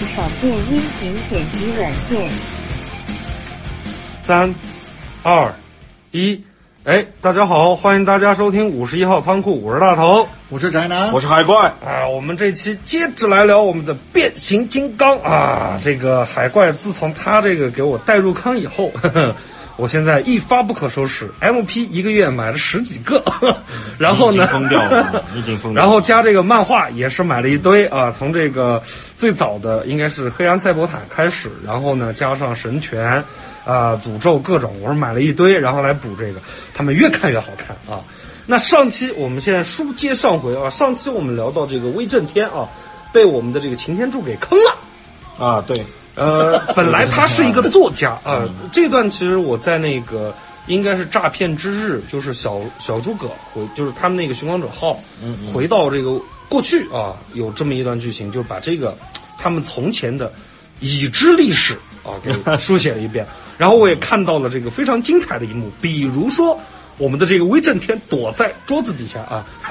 首页音频剪辑软件。三、二、一，哎，大家好，欢迎大家收听五十一号仓库，我是大头。我是宅男，我是海怪，啊，我们这期接着来聊我们的变形金刚啊。这个海怪自从他这个给我带入坑以后， 呵呵我现在一发不可收拾，MP 一个月买了十几个， 呵然后已呢经，疯掉了，已经疯掉了。然后加这个漫画也是买了一堆啊，从这个最早的应该是黑暗赛博坦开始，然后呢加上神权，啊诅咒各种，我是买了一堆，然后来补这个，他们越看越好看啊。那上期我们现在书接上回啊，上期我们聊到这个威震天啊，被我们的这个擎天柱给坑了。啊，对，呃，本来他是一个作家啊、呃这段其实我在那个应该是诈骗之日，就是小小诸葛回，就是他们那个寻光者号，回到这个过去啊，有这么一段剧情，就是把这个他们从前的已知历史啊给书写了一遍。然后我也看到了这个非常精彩的一幕，比如说。我们的这个威震天躲在桌子底下啊，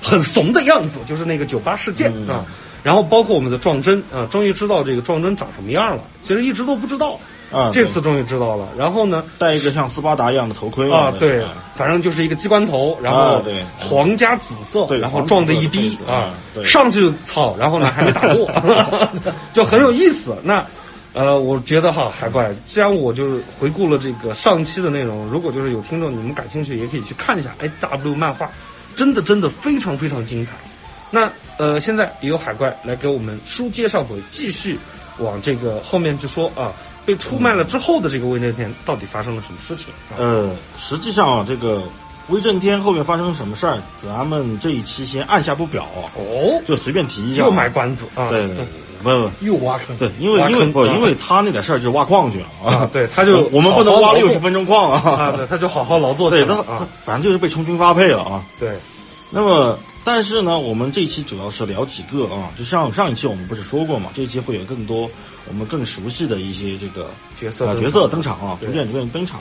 很怂的样子，就是那个酒吧事件啊。然后包括我们的撞针啊，终于知道这个撞针长什么样了，其实一直都不知道，啊这次终于知道了。然后呢，戴一个像斯巴达一样的头盔啊，对那是，反正就是一个机关头，然后啊对黄加紫色，对然后黄撞的紫色一的逼配色啊啊，对上去操，然后呢还没打 过，就很有意思。那呃，我觉得哈，海怪，既然我就是回顾了这个上期的内容，如果就是有听众你们感兴趣，也可以去看一下。哎，W 漫画真的真的非常非常精彩。那呃，现在也有海怪来给我们书接上回，继续往这个后面去说啊。被出卖了之后的这个魏震天到底发生了什么事情？啊呃，实际上啊，这个威震天后面发生什么事儿，咱们这一期先按下不表啊，哦，就随便提一下。又卖关子啊！对，对对不又挖坑不，。对，因为挖因为坑不啊因为他那点事儿就挖矿去了啊啊，对他就我们不能好好挖劳作六十分钟矿啊，啊，对，他就好好劳作去 对他了他啊，反正就是被充军发配了啊。对，那么，但是呢，我们这一期主要是聊几个啊，就像上一期我们不是说过嘛，这一期会有更多我们更熟悉的一些这个角色登啊场角色登场啊，对逐渐逐渐登场。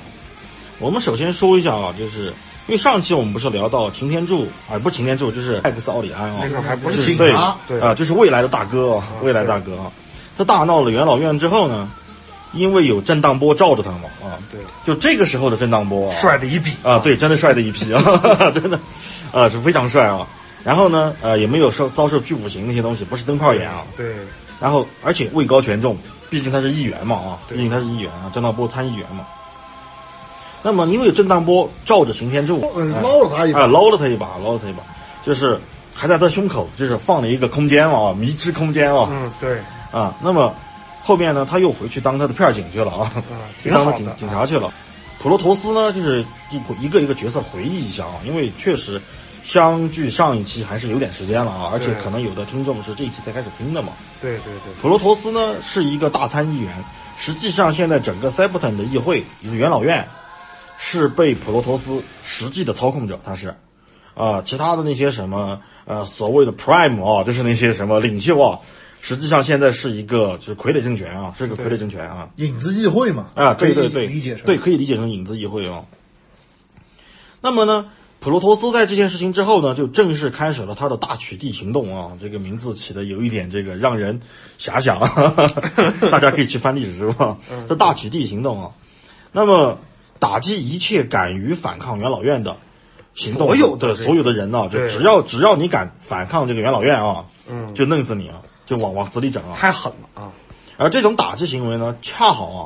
我们首先说一下啊，就是因为上期我们不是聊到擎天柱啊，不是擎天柱，就是艾克斯奥里安啊，那时候还不就是是对啊对啊，就是未来的大哥啊，未来大哥啊，他大闹了元老院之后呢，因为有震荡波罩着他嘛啊，对，就这个时候的震荡波啊，帅的一笔啊，对，真的帅的一批啊， 真的，啊，是非常帅啊。然后呢，呃，也没有受遭受拒捕刑那些东西，不是灯泡眼啊。对，然后，而且位高权重，毕竟他是议员嘛啊，对毕竟他是议员啊，郑道波参议员嘛。那么，因为郑荡波照着擎天柱，哦呃捞了他一把啊，捞了他一把，捞了他一把，就是还在他胸口，就是放了一个空间啊，迷之空间啊、嗯对啊。那么后面呢，他又回去当他的片儿警去了啊。啊，去挺当好了的警警啊察去了。普罗头斯呢，就是一一个一个角色回忆一下啊，因为确实相距上一期还是有点时间了啊，而且对可能有的听众是这一期才开始听的嘛。对对对，普罗头斯呢是一个大参议员，实际上现在整个塞伯坦的议会，也就是元老院，是被普罗头斯实际的操控者，他是，啊、其他的那些什么呃所谓的 prime 啊、就是那些什么领袖啊，实际上现在是一个就是傀儡政权啊，是一个傀儡政权啊。影子议会嘛，啊，可对以对对，理解成对，可以理解成影子议会哦。那么呢，普罗托斯在这件事情之后呢，就正式开始了他的大取缔行动啊。这个名字起的有一点这个让人遐想，啊 大家可以去翻历史书 啊。嗯这大取缔行动啊，那么打击一切敢于反抗元老院的行动，啊所有的对这个所有的人呐、就对只要只要你敢反抗这个元老院啊，嗯就弄死你啊，就往往死里整啊。太狠了啊，而这种打击行为呢，恰好啊，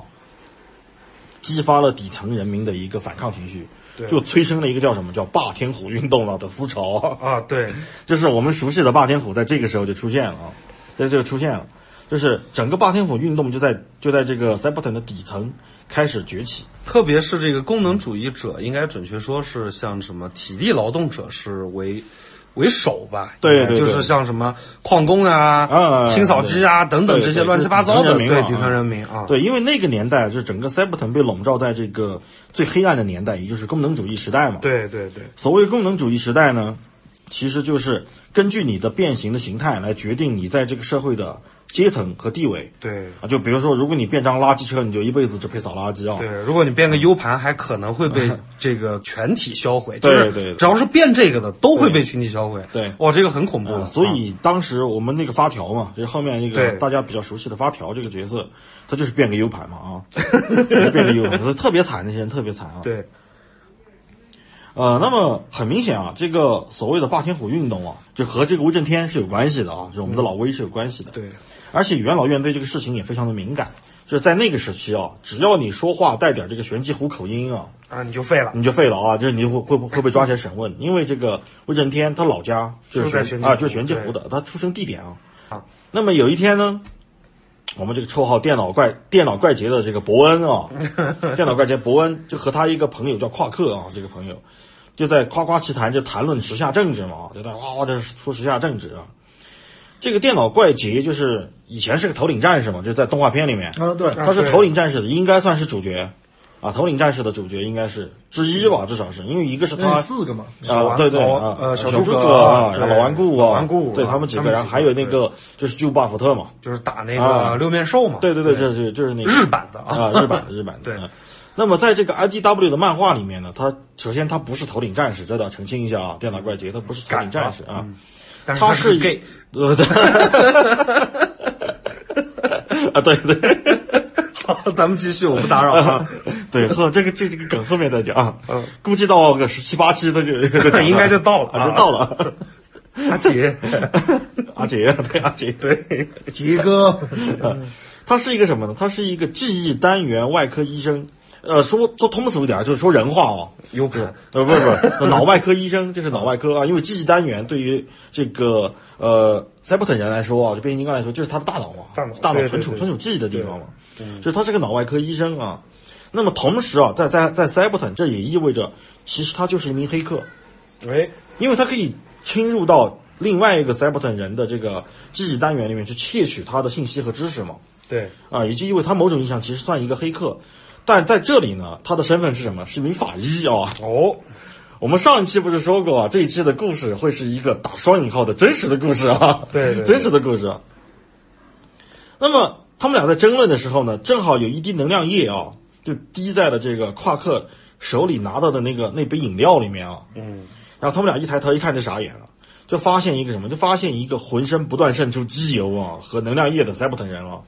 激发了底层人民的一个反抗情绪，对就催生了一个叫什么叫霸天虎运动了的思潮，啊对 就是我们熟悉的霸天虎在这个时候就出现了啊，在这个出现了，就是整个霸天虎运动就在就在这个塞伯坦的底层开始崛起，特别是这个功能主义者，应该准确说是像什么体力劳动者是为为首吧？对应该对对就是像什么矿工啊、啊清扫机啊等等对这些对乱七八糟就的是底层人对民嘛嗯底层人民啊，对，因为那个年代就是整个塞伯坦被笼罩在这个最黑暗的年代，也就是功能主义时代嘛，对对对所谓功能主义时代呢，其实就是根据你的变形的形态来决定你在这个社会的阶层和地位。对啊，就比如说，如果你变张垃圾车，你就一辈子只配扫垃圾啊。对，如果你变个 U 盘，还可能会被这个全体销 毁。就对是对对只要是变这个的，都会被群体销毁。对啊哇，这个很恐怖啊了。所以当时我们那个发条嘛，就是后面那个嗯对大家比较熟悉的发条这个角色，他就是变个 U 盘嘛啊，就是变个 U 盘，所以特别惨，那些人特别惨啊。啊，对呃，那么很明显啊，这个所谓的霸天虎运动啊，就和这个威震天是有关系的啊，就是我们的老威是有关系的。嗯对，而且元老院对这个事情也非常的敏感，就是在那个时期啊，只要你说话带点这个玄机虎口音啊，啊，你就废了。嗯你就废了啊！就是你会会不会被抓起来审问？因为这个魏震天他老家就是就在玄玄机啊，湖就是玄机湖的，他出生地点啊。啊那么有一天呢，我们这个绰号“电脑怪”电脑怪杰的这个伯恩 啊，电脑怪杰伯恩就和他一个朋友叫夸克啊，这个朋友就在夸夸其谈，就谈论时下政治嘛，就在哇哇的说时下政治啊。这个电脑怪杰就是以前是个头领战士嘛，就在动画片里面，啊，对，他是头领战士的，应该算是主角，啊，头领战士的主角应该是之一吧，至少是因为一个是那他四个嘛，啊，对对，老啊，呃小小诸诸葛啊，对老顽固啊，老顽固对啊他们几他个，们然后几还个有那个就是巨无霸福特嘛，就是打那啊个六面兽嘛。对对对，这是就是那个日版的啊啊，日版的日版的。对嗯那么在这个 IDW 的漫画里面呢，他首先他不是头领战士，这得澄清一下啊，电脑怪杰他不是头领战士啊，但是他是是 gay，呃，对啊，对 对。好，咱们继续，我不打扰 啊。 对，后这个这这个梗后面再讲啊，嗯估计到个十七八期他 就就讲应该就到了啊啊就到了。阿杰，阿杰， 对阿杰，对，杰 哥，他是一个什么呢？他是一个记忆单元外科医生。呃，说说通俗一点，就是说人话哦， U 盘呃，不是不是， 脑外科医生就是脑外科啊，因为记忆单元对于这个呃塞伯特人来说啊，就变形金刚来说，就是他的大脑嘛，大脑大脑对存对储对嗯存储记忆的地方嘛，就是他是个脑外科医生啊。那么同时啊，在在在塞伯特，这也意味着其实他就是一名黑客，喂，因为它可以侵入到另外一个 Cyberton 人的这个记忆单元里面去窃取他的信息和知识嘛，对，啊，也就意味他某种意义上其实算一个黑客，但在这里呢，他的身份是什么？是一名法医啊、哦，我们上一期不是说过啊，这一期的故事会是一个打双引号的真实的故事啊，对对对真实的故事啊。那么他们俩在争论的时候呢，正好有一滴能量液啊，就滴在了这个夸克手里拿到的那个那杯饮料里面啊。嗯，然后他们俩一抬头一看就傻眼了，就发现一个什么？就发现一个浑身不断渗出机油啊和能量液的塞伯腾人啊，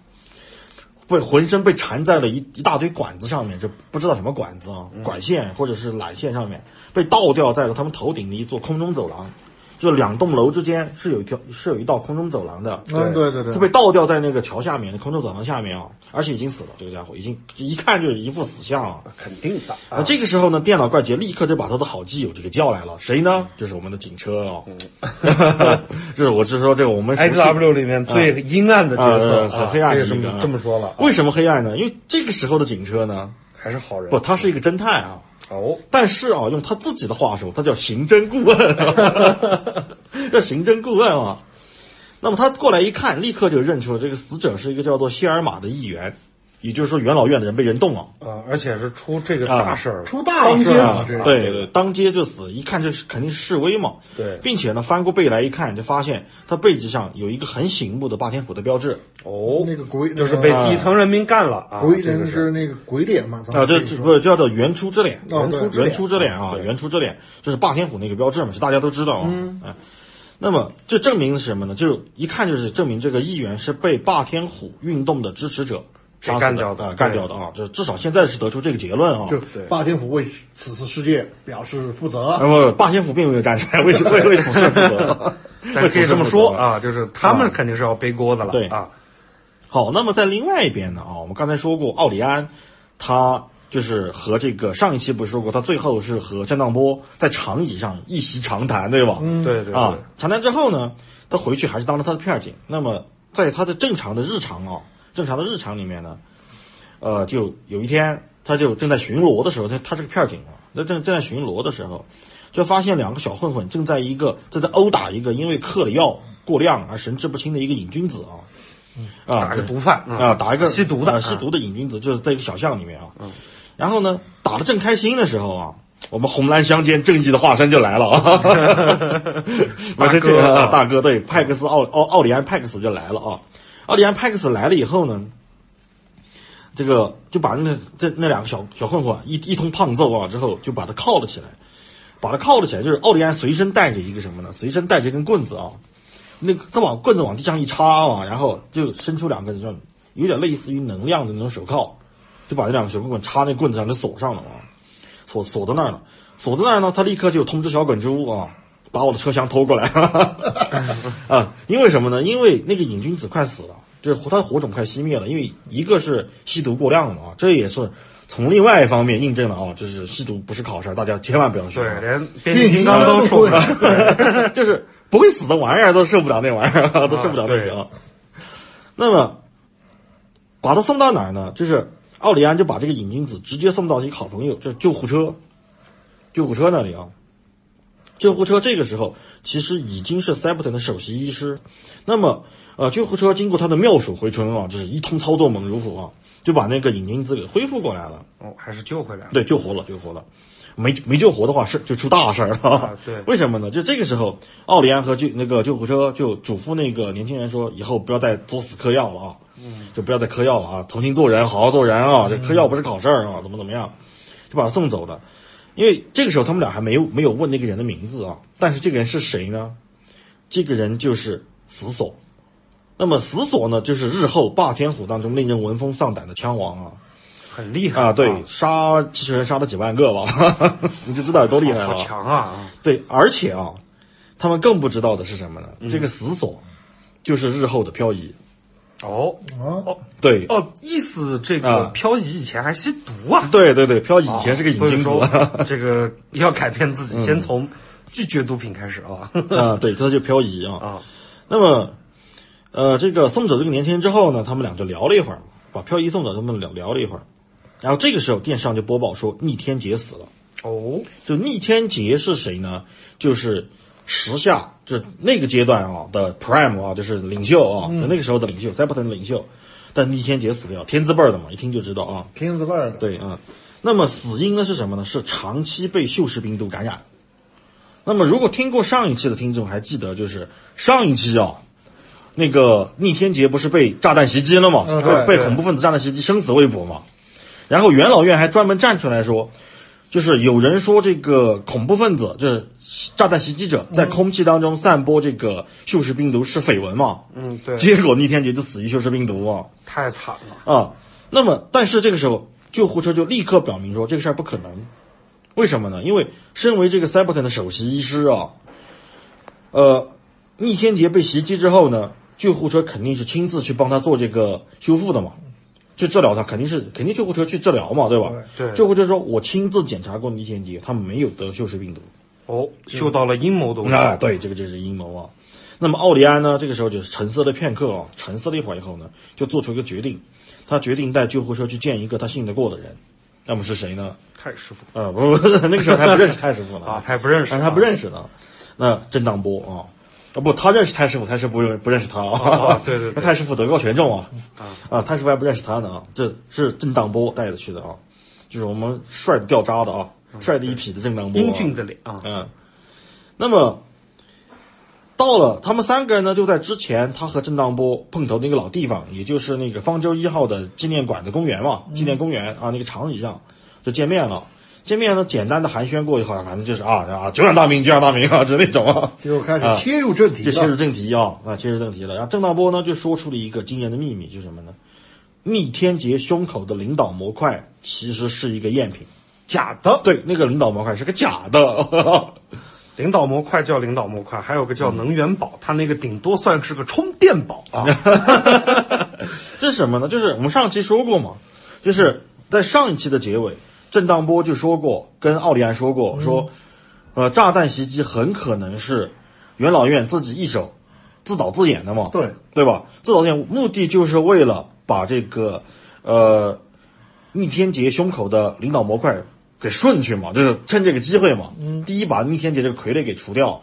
被浑身被缠在了一一大堆管子上面，就不知道什么管子啊，管线或者是缆线上面被倒吊在了他们头顶的一座空中走廊，就两栋楼之间是有一条是有一道空中走廊的。嗯，对对就对，被倒吊在那个桥下面，空中走廊下面啊，而且已经死了。这个家伙已经一看就是一副死相啊。肯定打啊，这个时候呢，电脑怪杰立刻就把他的好基友这个叫来了，谁嗯呢？就是我们的警车哦， 就是我是说这个我们熟悉 X W 里面最阴暗的角色，啊很黑暗啊的这一个这个啊么这么说了，为什么黑暗呢？因为这个时候的警车呢，还是好人不，他是一个侦探啊，哦，但是啊，用他自己的话说，他叫刑侦顾问， 叫刑侦顾问啊。那么他过来一看，立刻就认出了这个死者是一个叫做谢尔玛的议员，也就是说元老院的人被人动了。啊，而且是出这个大事儿，出大事啊了，这，个对对，当街就死，一看就是肯定是示威嘛。对并且呢，翻过背来一看，就发现他背脊上有一个很醒目的霸天虎的标志哦，那个鬼就是被啊底层人民干了啊，鬼这个人是那个鬼脸嘛，咱啊，们这可以这说不是叫做原初之脸，哦对原初之脸啊，对原初之脸就是霸天虎那个标志嘛，是大家都知道啊。嗯。那么这证明是什么呢？就一看就是证明这个议员是被霸天虎运动的支持者给杀死干掉的啊，干掉的啊，这至少现在是得出这个结论啊。就对霸天虎为此次事件表示负啊责。不，霸天虎并没有站出来，为什么为为此事负责？但是可以这么说为此事负责啊，就是他们肯定是要背锅的了，对啊，好，那么在另外一边呢啊，我们刚才说过，奥里安他就是和这个上一期不是说过，他最后是和震荡波在长椅上一席长谈，对吧？嗯对对对，啊，长谈之后呢，他回去还是当了他的片警。那么在他的正常的日常啊，正常的日常里面呢，呃，就有一天他就正在巡逻的时候，他他是个片警啊，那正正在巡逻的时候，就发现两个小混混正在一个正在殴打一个因为嗑了药过量而神志不清的一个瘾君子啊。啊，打个毒贩嗯啊，打一个吸毒的啊嗯吸毒的瘾君子，就是在一个小巷里面啊。然后呢，打得正开心的时候啊，我们红蓝相间正义的化身就来了 啊！我是这个大哥啊大哥，对，派克斯奥奥奥里安派克斯就来了啊。奥利安派克斯来了以后呢，这个就把那这那两个小小混混啊一一通胖揍啊之后，就把他铐了起来，把他铐了起来。就是奥利安随身带着一个什么呢？随身带着一根棍子啊，那个他往棍子往地上一插啊，然后就伸出两根，种有点类似于能量的那种手铐，就把那两个小混混插那棍子上，就锁上了啊，锁锁在那儿了。锁在那儿呢，他立刻就通知小滚珠啊，把我的车厢偷过来 啊！因为什么呢？因为那个瘾君子快死了，就是他火种快熄灭了。因为一个是吸毒过量了啊，这也是从另外一方面印证了啊，就是吸毒不是好事儿，大家千万不要学啊。对，连变形金刚都受不了。 就是不会死的玩意儿都受不了那玩意儿， 都受不了那个。那么，把他送到哪儿呢？就是奥利安就把这个瘾君子直接送到一个好朋友，这救护车，救护车那里啊。救护车这个时候其实已经是塞伯腾的首席医师，那么呃，救护车经过他的妙手回春啊，就是一通操作猛如虎啊，就把那个瘾君子给恢复过来了。哦，还是救回来了。对，救活了，救活了。没没救活的话，是就出大事儿了、啊对 为什么呢？就这个时候，奥利安和救那个救护车就嘱咐那个年轻人说，以后不要再作死嗑药了啊，嗯就不要再嗑药了啊，重新做人，好好做人啊，这嗑药不是好事儿啊，怎么怎么样，就把他送走了。因为这个时候他们俩还没有没有问那个人的名字啊，但是这个人是谁呢？这个人就是死锁。那么死锁呢，就是日后霸天虎当中令人闻风丧胆的枪王啊。很厉害 啊，对，杀机器人杀了几万 个吧，你就知道有多厉害好了。强啊！对，而且啊，他们更不知道的是什么呢？嗯这个死锁就是日后的漂移。哦啊，对，哦，意思这啊个漂移以前还吸毒啊，哦对对对，漂移以前是个瘾所以君子。嗯说这个 要改变自己，先从拒绝毒品开始啊。 啊，对，他就漂移啊。啊那么，呃，这个送走这个年轻人之后呢，他们俩就聊了一会儿，把漂移送走，他们聊聊了一会儿。然后这个时候，电视上就播报说逆天劫死了。哦，就逆天劫是谁呢？就是时下，就是那个阶段啊的 Prime 啊，就是领袖啊，就那个时候的领袖 s e p t o n 领袖。但逆天劫死掉，天字辈儿的嘛，一听就知道啊。天字辈儿的，对啊、嗯那么死因呢是什么呢？是长期被锈蚀病毒感染。那么如果听过上一期的听众还记得，就是上一期啊，那个逆天劫不是被炸弹袭击了嘛，嗯被对被对恐怖分子炸弹袭击，生死未卜嘛。然后元老院还专门站出来说，就是有人说这个恐怖分子，就是炸弹袭击者，在空气当中散播这个锈蚀病毒是绯闻嘛。嗯，对，结果逆天劫就死于锈蚀病毒啊。太惨了。啊。那么，但是这个时候，救护车就立刻表明说这个事儿不可能。为什么呢？因为身为这个 s e b e r t o n 的首席医师啊，呃，逆天劫被袭击之后呢，救护车肯定是亲自去帮他做这个修复的嘛，去治疗他，肯定是肯定救护车去治疗嘛，对吧？对救护车说，我亲自检查过逆天劫，他没有得锈蚀病毒。哦，嗅到了阴谋的味啊，道。对，这个就是阴谋啊。那么奥利安呢，这个时候就是沉思了片刻啊，沉思了一会儿以后呢，就做出一个决定，他决定带救护车去见一个他信得过的人。那么是谁呢？太师傅啊、不不，那个时候他还不认识太师傅呢啊，他也不认识，但他不认识呢。那郑当波啊，啊不，他认识太师傅，太师傅不认不认识他啊。哦对 对对太师傅德高权重啊，啊，太师傅还不认识他呢啊，这是郑当波带着去的啊，就是我们帅的掉渣的啊，帅的一匹的郑当波、嗯啊，英俊的脸啊。 嗯，那么到了他们三个人呢，就在之前他和郑当波碰头的那个老地方，也就是那个方舟一号的纪念馆的公园嘛，纪念公园啊，那个长椅上就见面了。见面呢，简单的寒暄过一会儿，反正就是啊啊，久仰大名，久仰大名啊，就那种啊。就开啊始切入正题就切入了。正题啊啊，切入正题了。然后郑道波呢就说出了一个惊人的秘密，就是什么呢？逆天劫胸口的领导模块其实是一个赝品，假的。对，那个领导模块是个假的。领导模块叫领导模块，还有个叫能源宝，它那个顶多算是个充电宝啊。这是什么呢？就是我们上期说过嘛，就是在上一期的结尾，郑当波就说过，跟奥利安说过，说，呃，炸弹袭击很可能是元老院自己一手自导自演的嘛，对对吧？自导自演目的就是为了把这个呃逆天劫胸口的领导模块给顺去嘛，就是趁这个机会嘛，第一把逆天劫这个傀儡给除掉，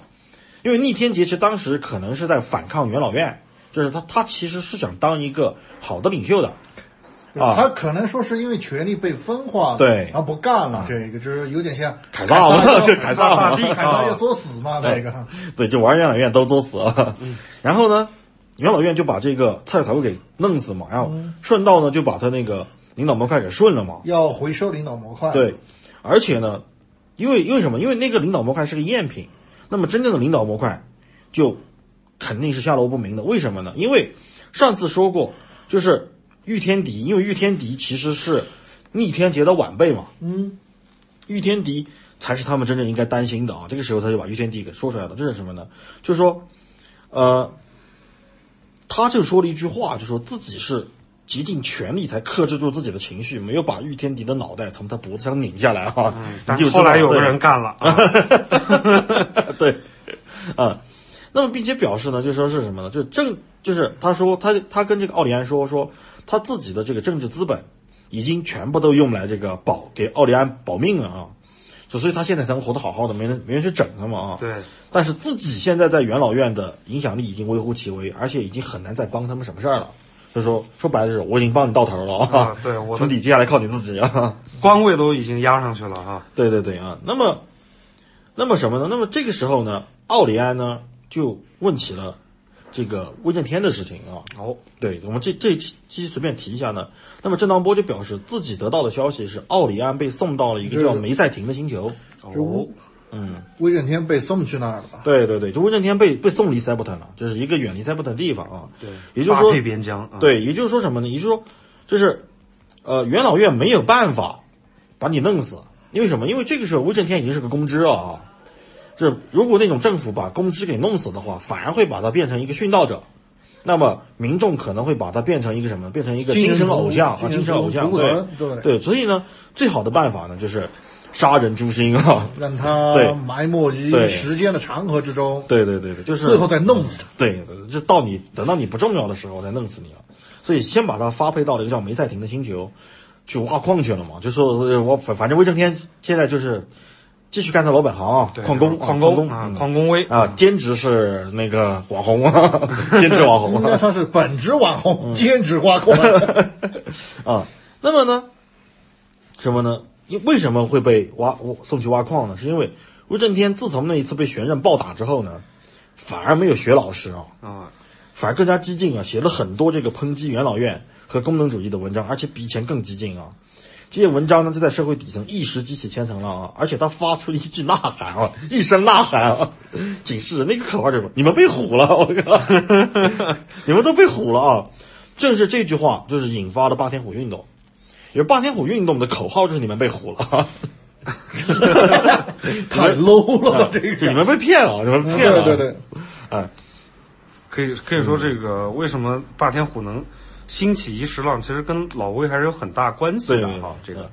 因为逆天劫其实当时可能是在反抗元老院，就是他他其实是想当一个好的领袖的，啊他可能说是因为权力被分化了，对然后不干了，这个就是有点像凯撒嘛要是凯撒啊嘛凯撒要作死嘛，这个 对，就玩元老院都作死啊。然后呢，元老院就把这个蔡草给弄死嘛，然后顺道呢就把他那个领导模块给顺了嘛。要回收领导模块。对，而且呢，因为因为什么？因为那个领导模块是个赝品，那么真正的领导模块就肯定是下落不明的。为什么呢？因为上次说过，就是玉天敌，因为玉天敌其实是逆天劫的晚辈嘛。嗯，玉天敌才是他们真正应该担心的啊。这个时候他就把玉天敌给说出来了，这是什么呢？就是说，呃，他就说了一句话，就说自己是竭尽全力才克制住自己的情绪，没有把玉天敌的脑袋从他脖子上拧下来啊。嗯但 你就知道后来有个对人干了，啊 对，啊，那么并且表示呢，就说是什么呢？就政，就是他说他他跟这个奥利安说说他自己的这个政治资本已经全部都用来这个保给奥利安保命了啊，就所以他现在才能活得好好的，没人没人去整他嘛啊。对，但是自己现在在元老院的影响力已经微乎其微，而且已经很难再帮他们什么事儿了。就说说白了就是我已经帮你到头了啊对我的 兄弟，接下来靠你自己啊。官位都已经压上去了啊。对对对啊，那么，那么什么呢？那么这个时候呢，奥里安呢就问起了这个威震天的事情啊。哦，对我们这这期期随便提一下呢。那么郑当波就表示自己得到的消息是奥里安被送到了一个叫梅赛廷的星球。哦，威震天被送去那儿了吧？对对对，就威震天被被送离塞伯腾了，就是一个远离塞伯腾的地方啊。对，也就是发说配边疆啊。对，也就是说什么呢？也就是说，就是，呃，元老院没有办法把你弄死，因为什么？因为这个时候威震天已经是个公知了啊。这如果那种政府把公知给弄死的话，反而会把他变成一个殉道者，那么民众可能会把他变成一个什么？变成一个精神偶像啊，精神偶像。图对文对对，所以呢，最好的办法呢，就是杀人诛心啊。 让他对埋没于对嗯时间的长河之中，对对对对，就是最后再弄死他。对，就到你等到你不重要的时候再弄死你啊！所以先把他发配到了一个叫梅赛廷的星球，去挖矿去了嘛。就说呃我反反正威震天现在就是继续干他老本行啊，对，矿工，矿工工啊，嗯矿工威啊，兼职是那个网红啊， 兼职网红应 该啊他是本职网红，嗯兼职挖矿。啊。那么呢，什么呢？因为什么会被挖送去挖矿呢？是因为威震天自从那一次被玄任暴打之后呢，反而没有学老实啊。啊，反而更加激进啊，写了很多这个抨击元老院和功能主义的文章，而且比以前更激进啊。这些文章呢，就在社会底层一时激起千层浪啊！而且他发出了一句呐喊啊， 一声呐喊啊，警示那个口号就是“你们被唬了”，我靠， 你们都被唬了啊！正是这句话，就是引发了霸天虎运动。也就是霸天虎运动的口号就是“你们被唬了”， 啊 太嗯 low 了，这就个。你们被骗了，你们被骗了。对对对，可以可以嗯说这个为什么霸天虎能兴起一时浪，其实跟老魏还是有很大关系的对嗯哈。这对个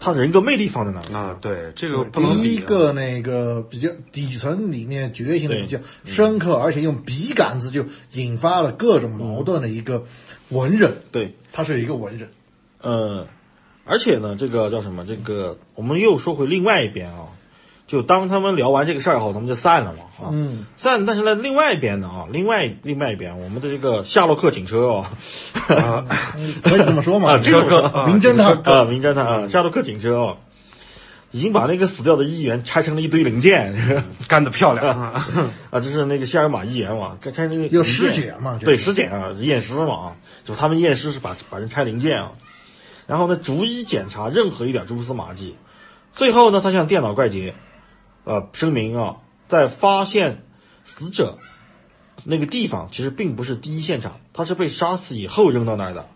他人格魅力放在哪里？啊，对这个不能第比一啊。个那个比较底层里面觉醒的比较深刻，而且用笔杆子就引发了各种矛盾的一个文人，对，他是一个文人，呃，而且呢，这个叫什么？这个我们又说回另外一边啊，就当他们聊完这个事儿后，他们就散了嘛啊，嗯，散。但是呢，另外一边呢啊，另外另外一边，我们的这个夏洛克警车哦，啊可以这么说嘛？啊这种说 名侦探啊，名侦探啊，夏洛克警车哦，已经把那个死掉的议员拆成了一堆零件 干得漂亮 啊！啊，就是那个谢尔马议员嘛，拆成那个有尸零件检嘛这对，个尸检啊，验尸嘛啊，就他们验尸是把把人拆零件啊，然后呢，逐一检查任何一点蛛丝马迹，最后呢，他向电脑怪杰，呃，声明啊，在发现死者那个地方其实并不是第一现场，他是被杀死以后扔到那儿的。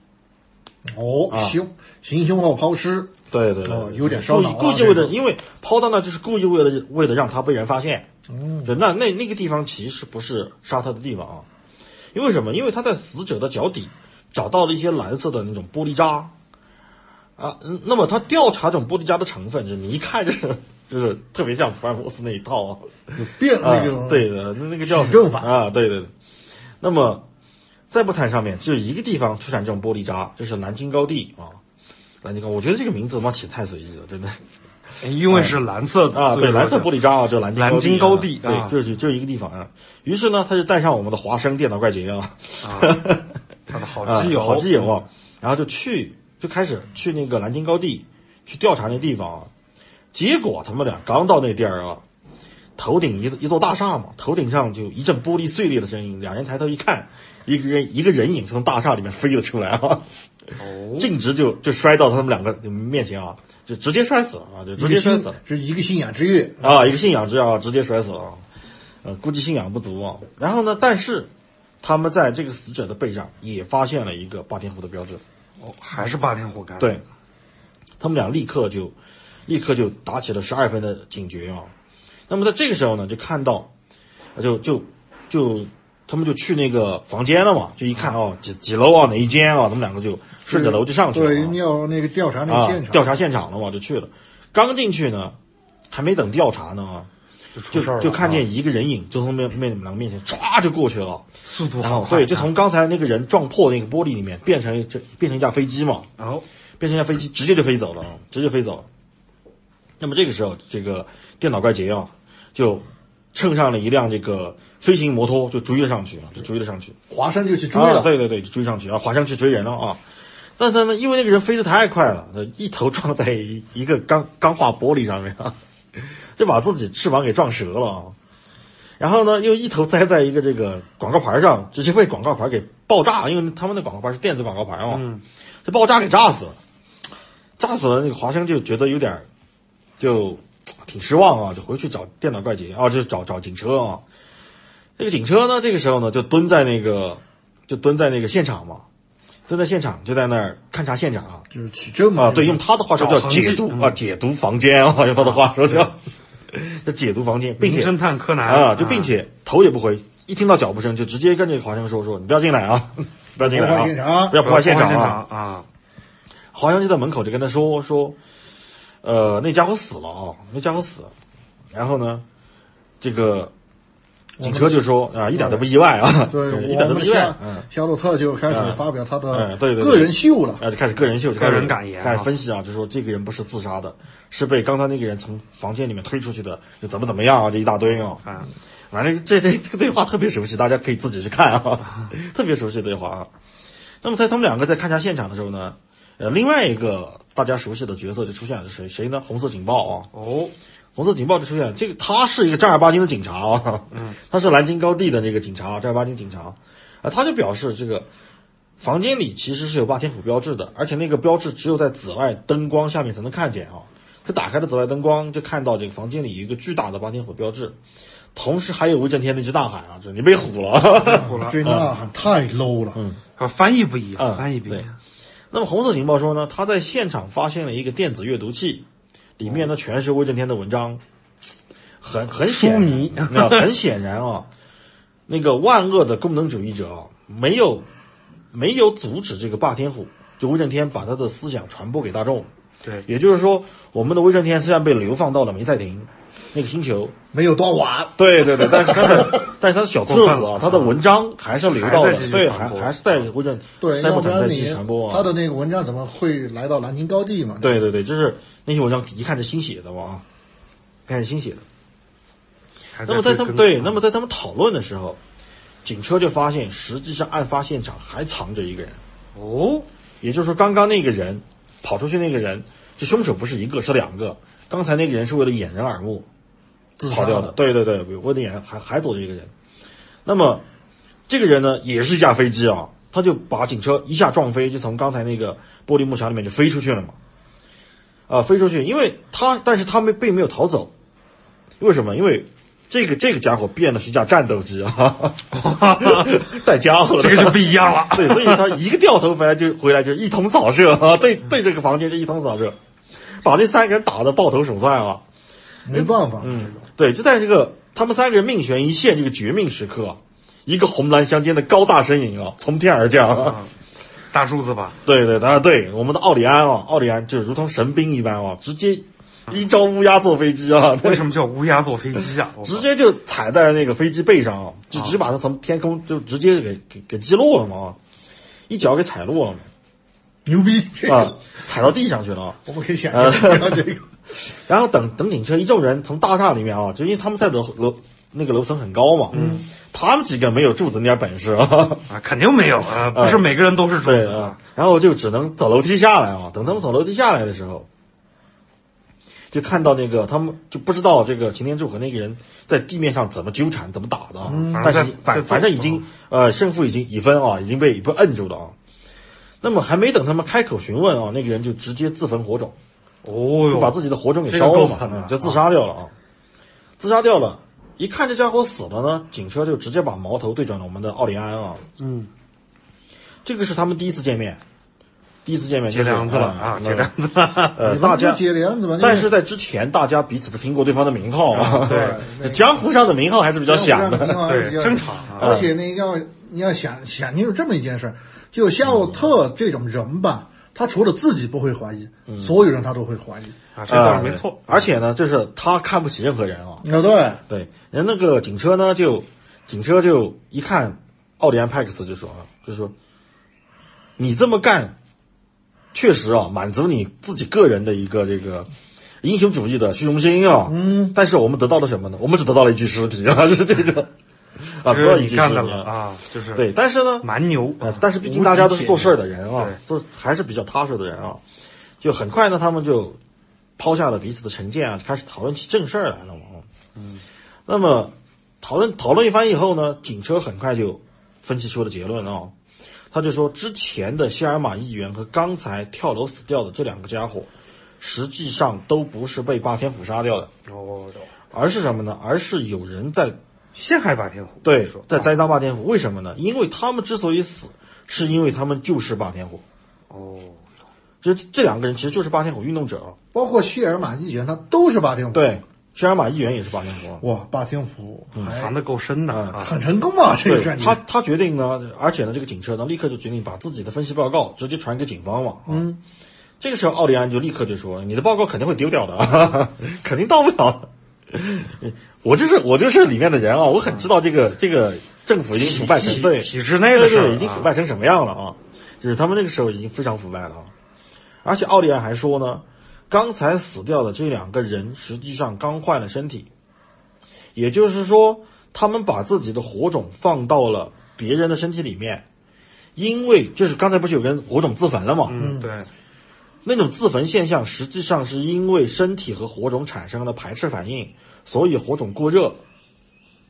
哦，啊行，行凶后抛尸，对对对，哦有点烧脑啊故意故意为这了，因为抛到那就是故意为了为了让他被人发现。嗯，就那那那个地方其实不是杀他的地方啊，因为什么？因为他在死者的脚底找到了一些蓝色的那种玻璃渣。啊，嗯那么他调查这种玻璃渣的成分，就是你一看就是就是特别像福尔摩斯那一套啊。有变 那啊个对的，那那个叫矩阵法啊，对对对。那么，在不坦上面只有一个地方出产这种玻璃渣，就是南京高地啊。南京高，我觉得这个名字他妈起得太随意了，真的因为是蓝色的 啊，所以对，说蓝色就玻璃渣啊，就南京南京高高地啊啊对，就是就一个地方啊。于是呢，他就带上我们的华生电脑怪杰啊， 他的好啊基友，好基友啊，然后就去就开始去那个南京高地去调查那地方啊。结果他们俩刚到那地儿啊，头顶一一座大厦嘛，头顶上就一阵玻璃碎裂的声音，两人抬头一看，一个人一个人影从大厦里面飞了出来啊，哦 径直就就摔到他们两个面前啊，就直接摔死了啊，就直一接个摔死信了。是一个信仰之跃，啊，一个信仰之啊，直接摔死了啊，呃，估计信仰不足啊。然后呢，但是他们在这个死者的背上也发现了一个霸天虎的标志，哦，还是霸天虎干的。对，他们俩立刻就立刻就打起了十二分的警觉啊。那么在这个时候呢，就看到，呃就就就他们就去那个房间了嘛，就一看哦，几几楼啊，哪一间啊，他们两个就顺着楼就上去了、啊。对，要那个调查那个现啊、场，调查现场了嘛，就去了。刚进去呢，还没等调查呢啊，出就事儿了就看啊见一个人影就从面面两个面前唰就过去了，速度然好后快，啊啊对，就从刚才那个人撞破那个玻璃里面变成这变成一架飞机嘛，然后变成一架飞机直接就飞走了，直接飞走了。那么这个时候，这个电脑怪杰啊，就乘上了一辆这个飞行摩托，就追了上去啊，就追了上去。华山就去追啊了，对对对，就追上去啊，滑上去追人了啊。但他呢，因为那个人飞得太快了，呃一头撞在一一个钢钢化玻璃上面啊，就把自己翅膀给撞折了啊。然后呢，又一头栽在一个这个广告牌上，直接被广告牌给爆炸，因为他们的广告牌是电子广告牌嘛，嗯这爆炸给炸死了，炸死了。那个华生就觉得有点儿就挺失望啊，就回去找电脑怪杰啊，就找找警车啊。这个警车呢，这个时候呢，就蹲在那个就蹲在那个现场嘛，蹲在现场就在那儿勘察现场啊。就是取证嘛，啊，对，用他的话说找叫痕迹解读嗯啊，解读房间 啊，用他的话说叫叫解读房间，并名且侦探柯南啊，就并且头也不回，一听到脚步声就直接跟这个华生说说，你不要进来啊， 不要进来破坏现啊，场不要破坏现场场啊。啊！华生就在门口就跟他说说，呃，那家伙死了啊，那家伙死了。然后呢，这个警车就说啊，一点都不意外啊，对， 就是一我点们都不的意外夏，嗯。夏洛特就开始嗯发表他的嗯对对对嗯个人秀了，然啊后就开始个人秀，就开始个人感言啊开始分析啊，就说这个人不是自杀的，是被刚才那个人从房间里面推出去的，就怎么怎么样啊，这一大堆啊，啊，反正这这这个对话特别熟悉，大家可以自己去看啊， 特别熟悉的对话啊。那么在他们两个在勘察现场的时候呢，呃，另外一个大家熟悉的角色就出现了，是谁谁呢？红色警报啊，哦，红色警报就出现了。这个他是一个正儿八经的警察啊， 他是南京高地的那个警察，正儿八经警察。啊，他就表示这个房间里其实是有霸天虎标志的，而且那个标志只有在紫外灯光下面才能看见啊。他打开了紫外灯光，就看到这个房间里有一个巨大的霸天虎标志，同时还有威震天那只大海啊，就是你被唬了。好了，这呐喊太 low 了，啊翻译不一嗯样，翻译不一对样。那么红色情报说呢，他在现场发现了一个电子阅读器，里面呢全是威震天的文章，很很显迷然，啊很显然啊，那个万恶的功能主义者啊，没有没有阻止这个霸天虎，就威震天把他的思想传播给大众。对，也就是说，我们的威震天虽然被流放到了梅赛廷那个星球，没有多晚，对对对，但是他的但是他的小册子过分啊了，他的文章还是留到还了在继，续对，还传播还是在威震对，塞要伯不坦在然继你续传播啊。他的那个文章怎么会来到南京高地嘛？对对对，就是那些文章一看是新写的嘛，啊，看是新写的。还那么在他追更啊们对，那么在他们讨论的时候，警车就发现，实际上案发现场还藏着一个人，哦，也就是说，刚刚那个人跑出去那个人，这凶手不是一个，是两个。刚才那个人是为了掩人耳目自杀跑掉的，的，对对对，为了掩人还还躲着一个人。那么这个人呢，也是一架飞机啊，他就把警车一下撞飞，就从刚才那个玻璃幕墙里面就飞出去了嘛。啊、飞出去，因为他，但是他们并没有逃走，为什么？因为这个这个家伙变的是一架战斗机啊，带家伙的，。这个就不一样了对，所以他一个掉头回来就回来就一通扫射啊，对对这个房间就一通扫射，把这三个人打得抱头鼠窜啊。没办法，嗯对，就在这个他们三个人命悬一线这个绝命时刻啊，一个红蓝相间的高大身影啊从天而降啊。嗯大柱子吧， 对对啊，对，我们的奥利安啊，奥利安就如同神兵一般啊，直接一招乌鸦坐飞机啊，为什么叫乌鸦坐飞机啊？我直接就踩在那个飞机背上啊，就直接把它从天空就直接给给给击落了嘛，啊一脚给踩落了嘛，牛逼，这啊个，踩到地上去了啊。我们可以想象这 个，然后等等警车一众人从大厦里面啊，就因为他们在楼楼那个楼层很高嘛，嗯，他们几个没有柱子那点本事啊，啊，肯定没有啊，不是每个人都是柱哎对子啊啊，然后就只能走楼梯下来啊。等他们走楼梯下来的时候，就看到那个他们就不知道这个擎天柱和那个人在地面上怎么纠缠、怎么打的啊。但在是反在反正已经呃胜负已经已分啊，已经被被摁住了啊。那么还没等他们开口询问啊，那个人就直接自焚火种，哦就哟，把自己的火种给这烧个够了狠的嘛，就自杀掉了啊，自杀掉了。一看这家伙死了呢，警车就直接把矛头对准了我们的奥利安啊。嗯，这个是他们第一次见面，第一次见面结就是梁子了啊，结梁子了，呃，你们大就家解联子嘛，但是在之前，大家彼此都听过对方的名号啊，对这 江湖上的名号还是比较响的。对对正常啊而且那要你要想想清楚这么一件事儿，就夏洛嗯特这种人吧，他除了自己不会怀疑，所有人他都会怀疑。啊，这倒啊是没错。而且呢，就是他看不起任何人啊。啊，对，对，人那个警车呢，就警车就一看奥利安派克斯就说啊，就说你这么干，确实啊，满足你自己个人的一个这个英雄主义的虚荣心啊。嗯。但是我们得到了什么呢？我们只得到了一具尸体啊，是这种啊，不就要是一你具尸干体的了。啊，就是对，但是呢，蛮牛啊呃，但是毕竟大家都是做事儿的人啊对，做还是比较踏实的人啊。就很快呢，他们就抛下了彼此的成见啊，开始讨论起正事儿来了嘛。嗯，那么讨论讨论一番以后呢，警车很快就分析出了结论啊。他就说，之前的希尔玛议员和刚才跳楼死掉的这两个家伙，实际上都不是被霸天虎杀掉的，哦，而是什么呢？而是有人在陷害霸天虎。对说，啊在栽赃霸天虎，为什么呢？因为他们之所以死，是因为他们就是霸天虎。哦，这这两个人其实就是霸天虎运动者啊。包括谢尔马议员，他都是霸天虎。，对，轩尔玛议员也是霸天虎啊。哇，霸天虎藏还的够深的嗯啊，很成功啊，这个对事儿。他，他决定呢，而且呢，这个警车呢，立刻就决定把自己的分析报告直接传给警方嘛。嗯，这个时候奥利安就立刻就说：“你的报告肯定会丢掉的啊，肯定到不了。 我就是我就是里面的人啊，我很知道这个这个政府已经腐败成对体制内的对事儿对，已经腐败成什么样了啊？就是他们那个时候已经非常腐败了啊。而且奥利安还说呢，刚才死掉的这两个人实际上刚换了身体，也就是说，他们把自己的火种放到了别人的身体里面，因为就是刚才不是有跟火种自焚了吗？嗯，对，那种自焚现象实际上是因为身体和火种产生了排斥反应，所以火种过热，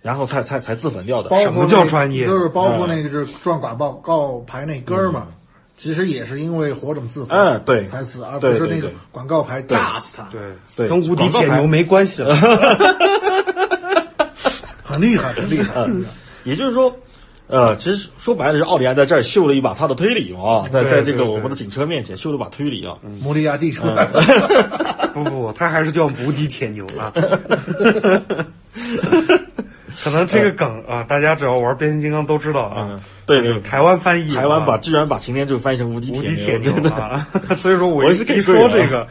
然后才才才自焚掉的。包什么括叫那专业就是包嗯括那个就是撰稿报告牌那哥儿嘛，其实也是因为火种自焚，嗯对才死，而不对是对那个对广告牌炸死他，对对跟无敌广告铁牌牛没关系了。很厉害，很厉害。嗯也就是说，呃，其实说白了是奥利安在这儿秀了一把他的推理嘛，在嗯对在这个对嗯我们的警车面前秀了把推理啊。摩利亚蒂出来了，不不，他还是叫无敌铁牛 啊。可能这个梗啊，大家只要玩变形金刚都知道啊。对对，台湾翻译啊，嗯台湾把居然把擎天柱翻译成无敌无铁敌铁 真牛的。啊， 所以说我我也是一给啊一跪说了这个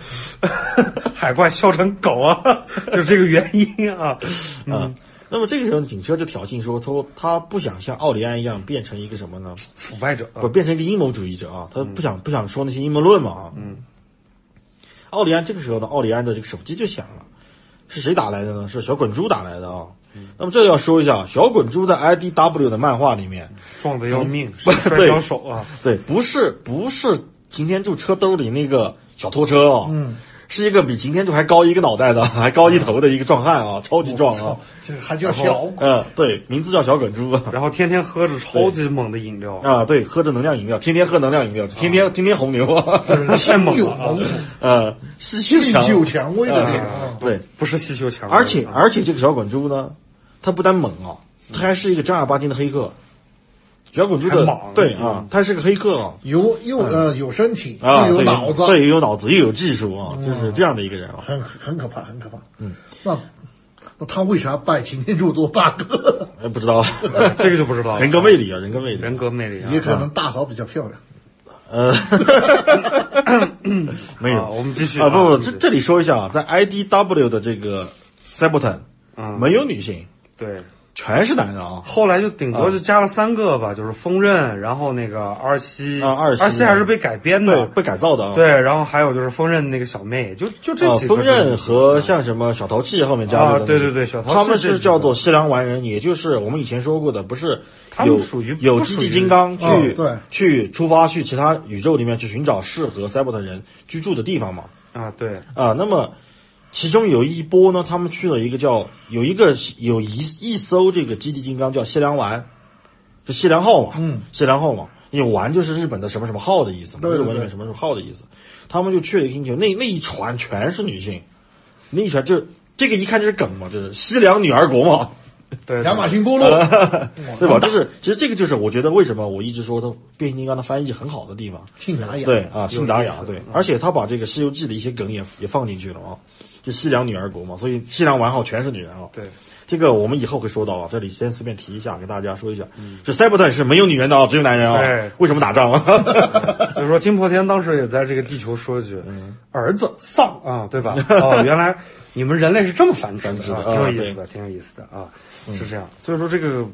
海怪笑成狗啊，就这个原因啊。嗯，那么这个时候警车就挑衅说，说他不想像奥利安一样变成一个什么呢？腐败者啊不变成一个阴谋主义者啊，嗯他不想、不想说那些阴谋论嘛啊。嗯。奥利安这个时候呢，奥利安的这个手机就响了，是谁打来的呢？是小滚珠打来的啊。嗯那么这要说一下，小滚珠在 IDW 的漫画里面，撞得要命，不摔对跤手 啊，对，不是不是擎天柱车兜里那个小拖车啊，嗯，是一个比擎天柱还高一个脑袋的， 还高一头的一个壮汉啊，超级壮啊操，，嗯这还叫小鬼。嗯，对，名字叫小滚珠啊，然后天天喝着超级猛的饮料，啊，对，喝着能量饮料，天天喝能量饮料，天天天天红牛啊，太猛有了啊猛虎， 呃，是气强，九蔷薇的脸，对，不是气球强，啊而且而且这个小滚珠呢，他不单猛啊，他还是一个正儿八经的黑客。小滚珠还的猛对啊，他是个黑客啊，有又呃有身体，啊，又有对脑子，对，又有脑子，又有技术啊，就是这样的一个人啊。很很可怕，很可怕。嗯，那那他为啥拜擎天柱做大哥？哎，不知道，嗯这个就不知道了人格魅力啊，人格魅力。人格魅力啊也。可能大嫂比较漂亮。呃， 没有啊，我们继续啊，不不，继这续这里说一下啊，在 IDW 的这个 Cyberton，嗯没有女性，对，全是男人啊。后来就顶多就加了三个吧，就是锋刃，然后那个二七啊二七二七还是被改编对，的，被改造的啊。对，然后还有就是锋刃那个小妹，就就这啊，几个锋刃是和像什么小淘气后面加入的啊那对些对对小淘气他这们是几叫个做西凉完人，也就是我们以前说过的，不是他们有属于有不基属地于金刚去、哦对去出发去其他宇宙里面去寻找适合赛博的人居住的地方嘛？啊，对，啊，那么其中有一波呢，他们去了一个叫有一个有一一艘这个基地金刚叫西凉丸，就西凉号嘛，嗯，西凉号嘛，因为丸就是日本的什么什么号的意思嘛，对对日文里面对什么什么号的意思。他们就去了一个星球，那那一船全是女性，那一船就这个一看就是梗嘛，就是西凉女儿国嘛，对，亚马逊波落，对嗯吧？就是其实这个就是我觉得为什么我一直说它变形金刚的翻译很好的地方，庆达雅，对啊，辛达雅对，而且他把这个《西游记》的一些梗也也放进去了啊，就西凉女儿国嘛，所以西凉完后全是女人啊。对，这个我们以后会说到啊，这里先随便提一下，跟大家说一下，这 Cybertron 是没有女人的啊，只有男人啊对，为什么打仗啊？所以说金破天当时也在这个地球说一句：“嗯儿子丧啊，对 吧？哦，原来你们人类是这么繁殖繁殖的，的啊啊嗯挺有意思的，挺有意思的啊，是这样。所以说这个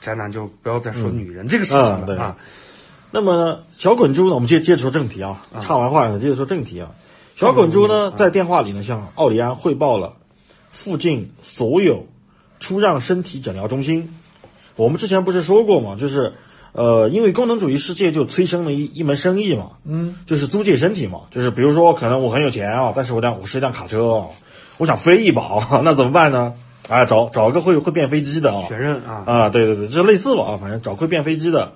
宅男就不要再说女人这个事嗯情对了啊。那么呢小滚珠呢，我们接接着说正题啊，插完话接着说正题啊。小滚珠呢，在电话里呢向奥利安汇报了附近所有出让身体诊疗中心。我们之前不是说过嘛，就是呃，因为功能主义世界就催生了一一门生意嘛，嗯，就是租借身体嘛，就是比如说可能我很有钱啊，但是我辆我是一辆卡车啊，我想飞一把啊， 那怎么办呢？啊，找找一个会会变飞机的啊，确认啊，啊，对对对，就类似吧啊，反正找会变飞机的，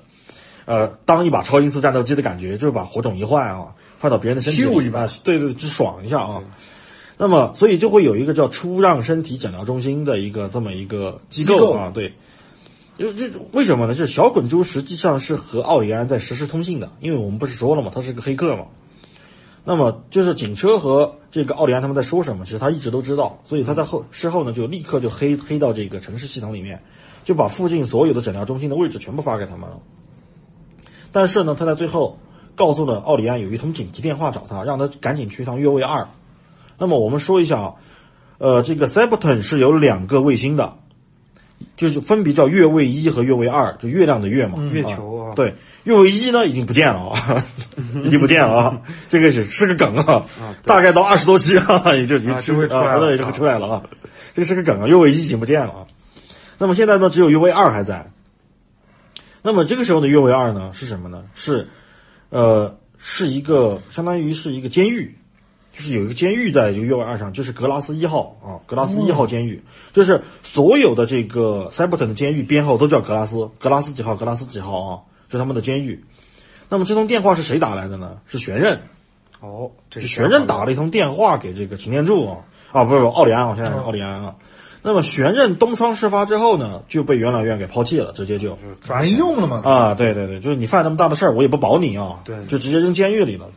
呃，当一把超音速战斗机的感觉，就是把火种一换啊，换到别人的身体咻里一把啊对对，就爽一下啊。那么，所以就会有一个叫出让身体诊疗中心的一个这么一个机机构啊，对。就就为什么呢？就是小滚珠实际上是和奥利安在实时通信的，因为我们不是说了嘛，他是个黑客嘛。那么就是警车和这个奥利安他们在说什么，其实他一直都知道，所以他在后事后呢就立刻就黑黑到这个城市系统里面，就把附近所有的诊疗中心的位置全部发给他们了。但是呢，他在最后告诉了奥利安有一通紧急电话找他，让他赶紧去一趟越位二。那么我们说一下啊，呃，这个 Cyberton 是有两个卫星的，就是分别叫月卫一和月卫二，就月亮的月嘛，月球啊嗯对，月卫一呢已经不见了啊， 已经不见了啊，这个是是个梗啊，大概到二十多期啊，也就 已经啊出就会出来啊了对就会出来了啊，这个是个梗啊，月卫一已经不见了啊。那么现在呢，只有月卫二还在。那么这个时候的越位二呢是什么呢？是，呃，是一个相当于是一个监狱，就是有一个监狱在这个越位二上，就是格拉斯一号啊，格拉斯一号监狱，就是所有的这个塞伯 n 的监狱编号都叫格拉斯，格拉斯几号，格拉斯几号啊，这是他们的监狱。那么这通电话是谁打来的呢？是玄任，哦，这就是玄任打了一通电话给这个擎天柱啊，啊，不是不是奥利安啊，现在是奥利安啊。那么玄任东窗事发之后呢，就被元老院给抛弃了，直接就没用了嘛，啊，对对对，就是你犯那么大的事儿，我也不保你啊，对就直接扔监狱里了。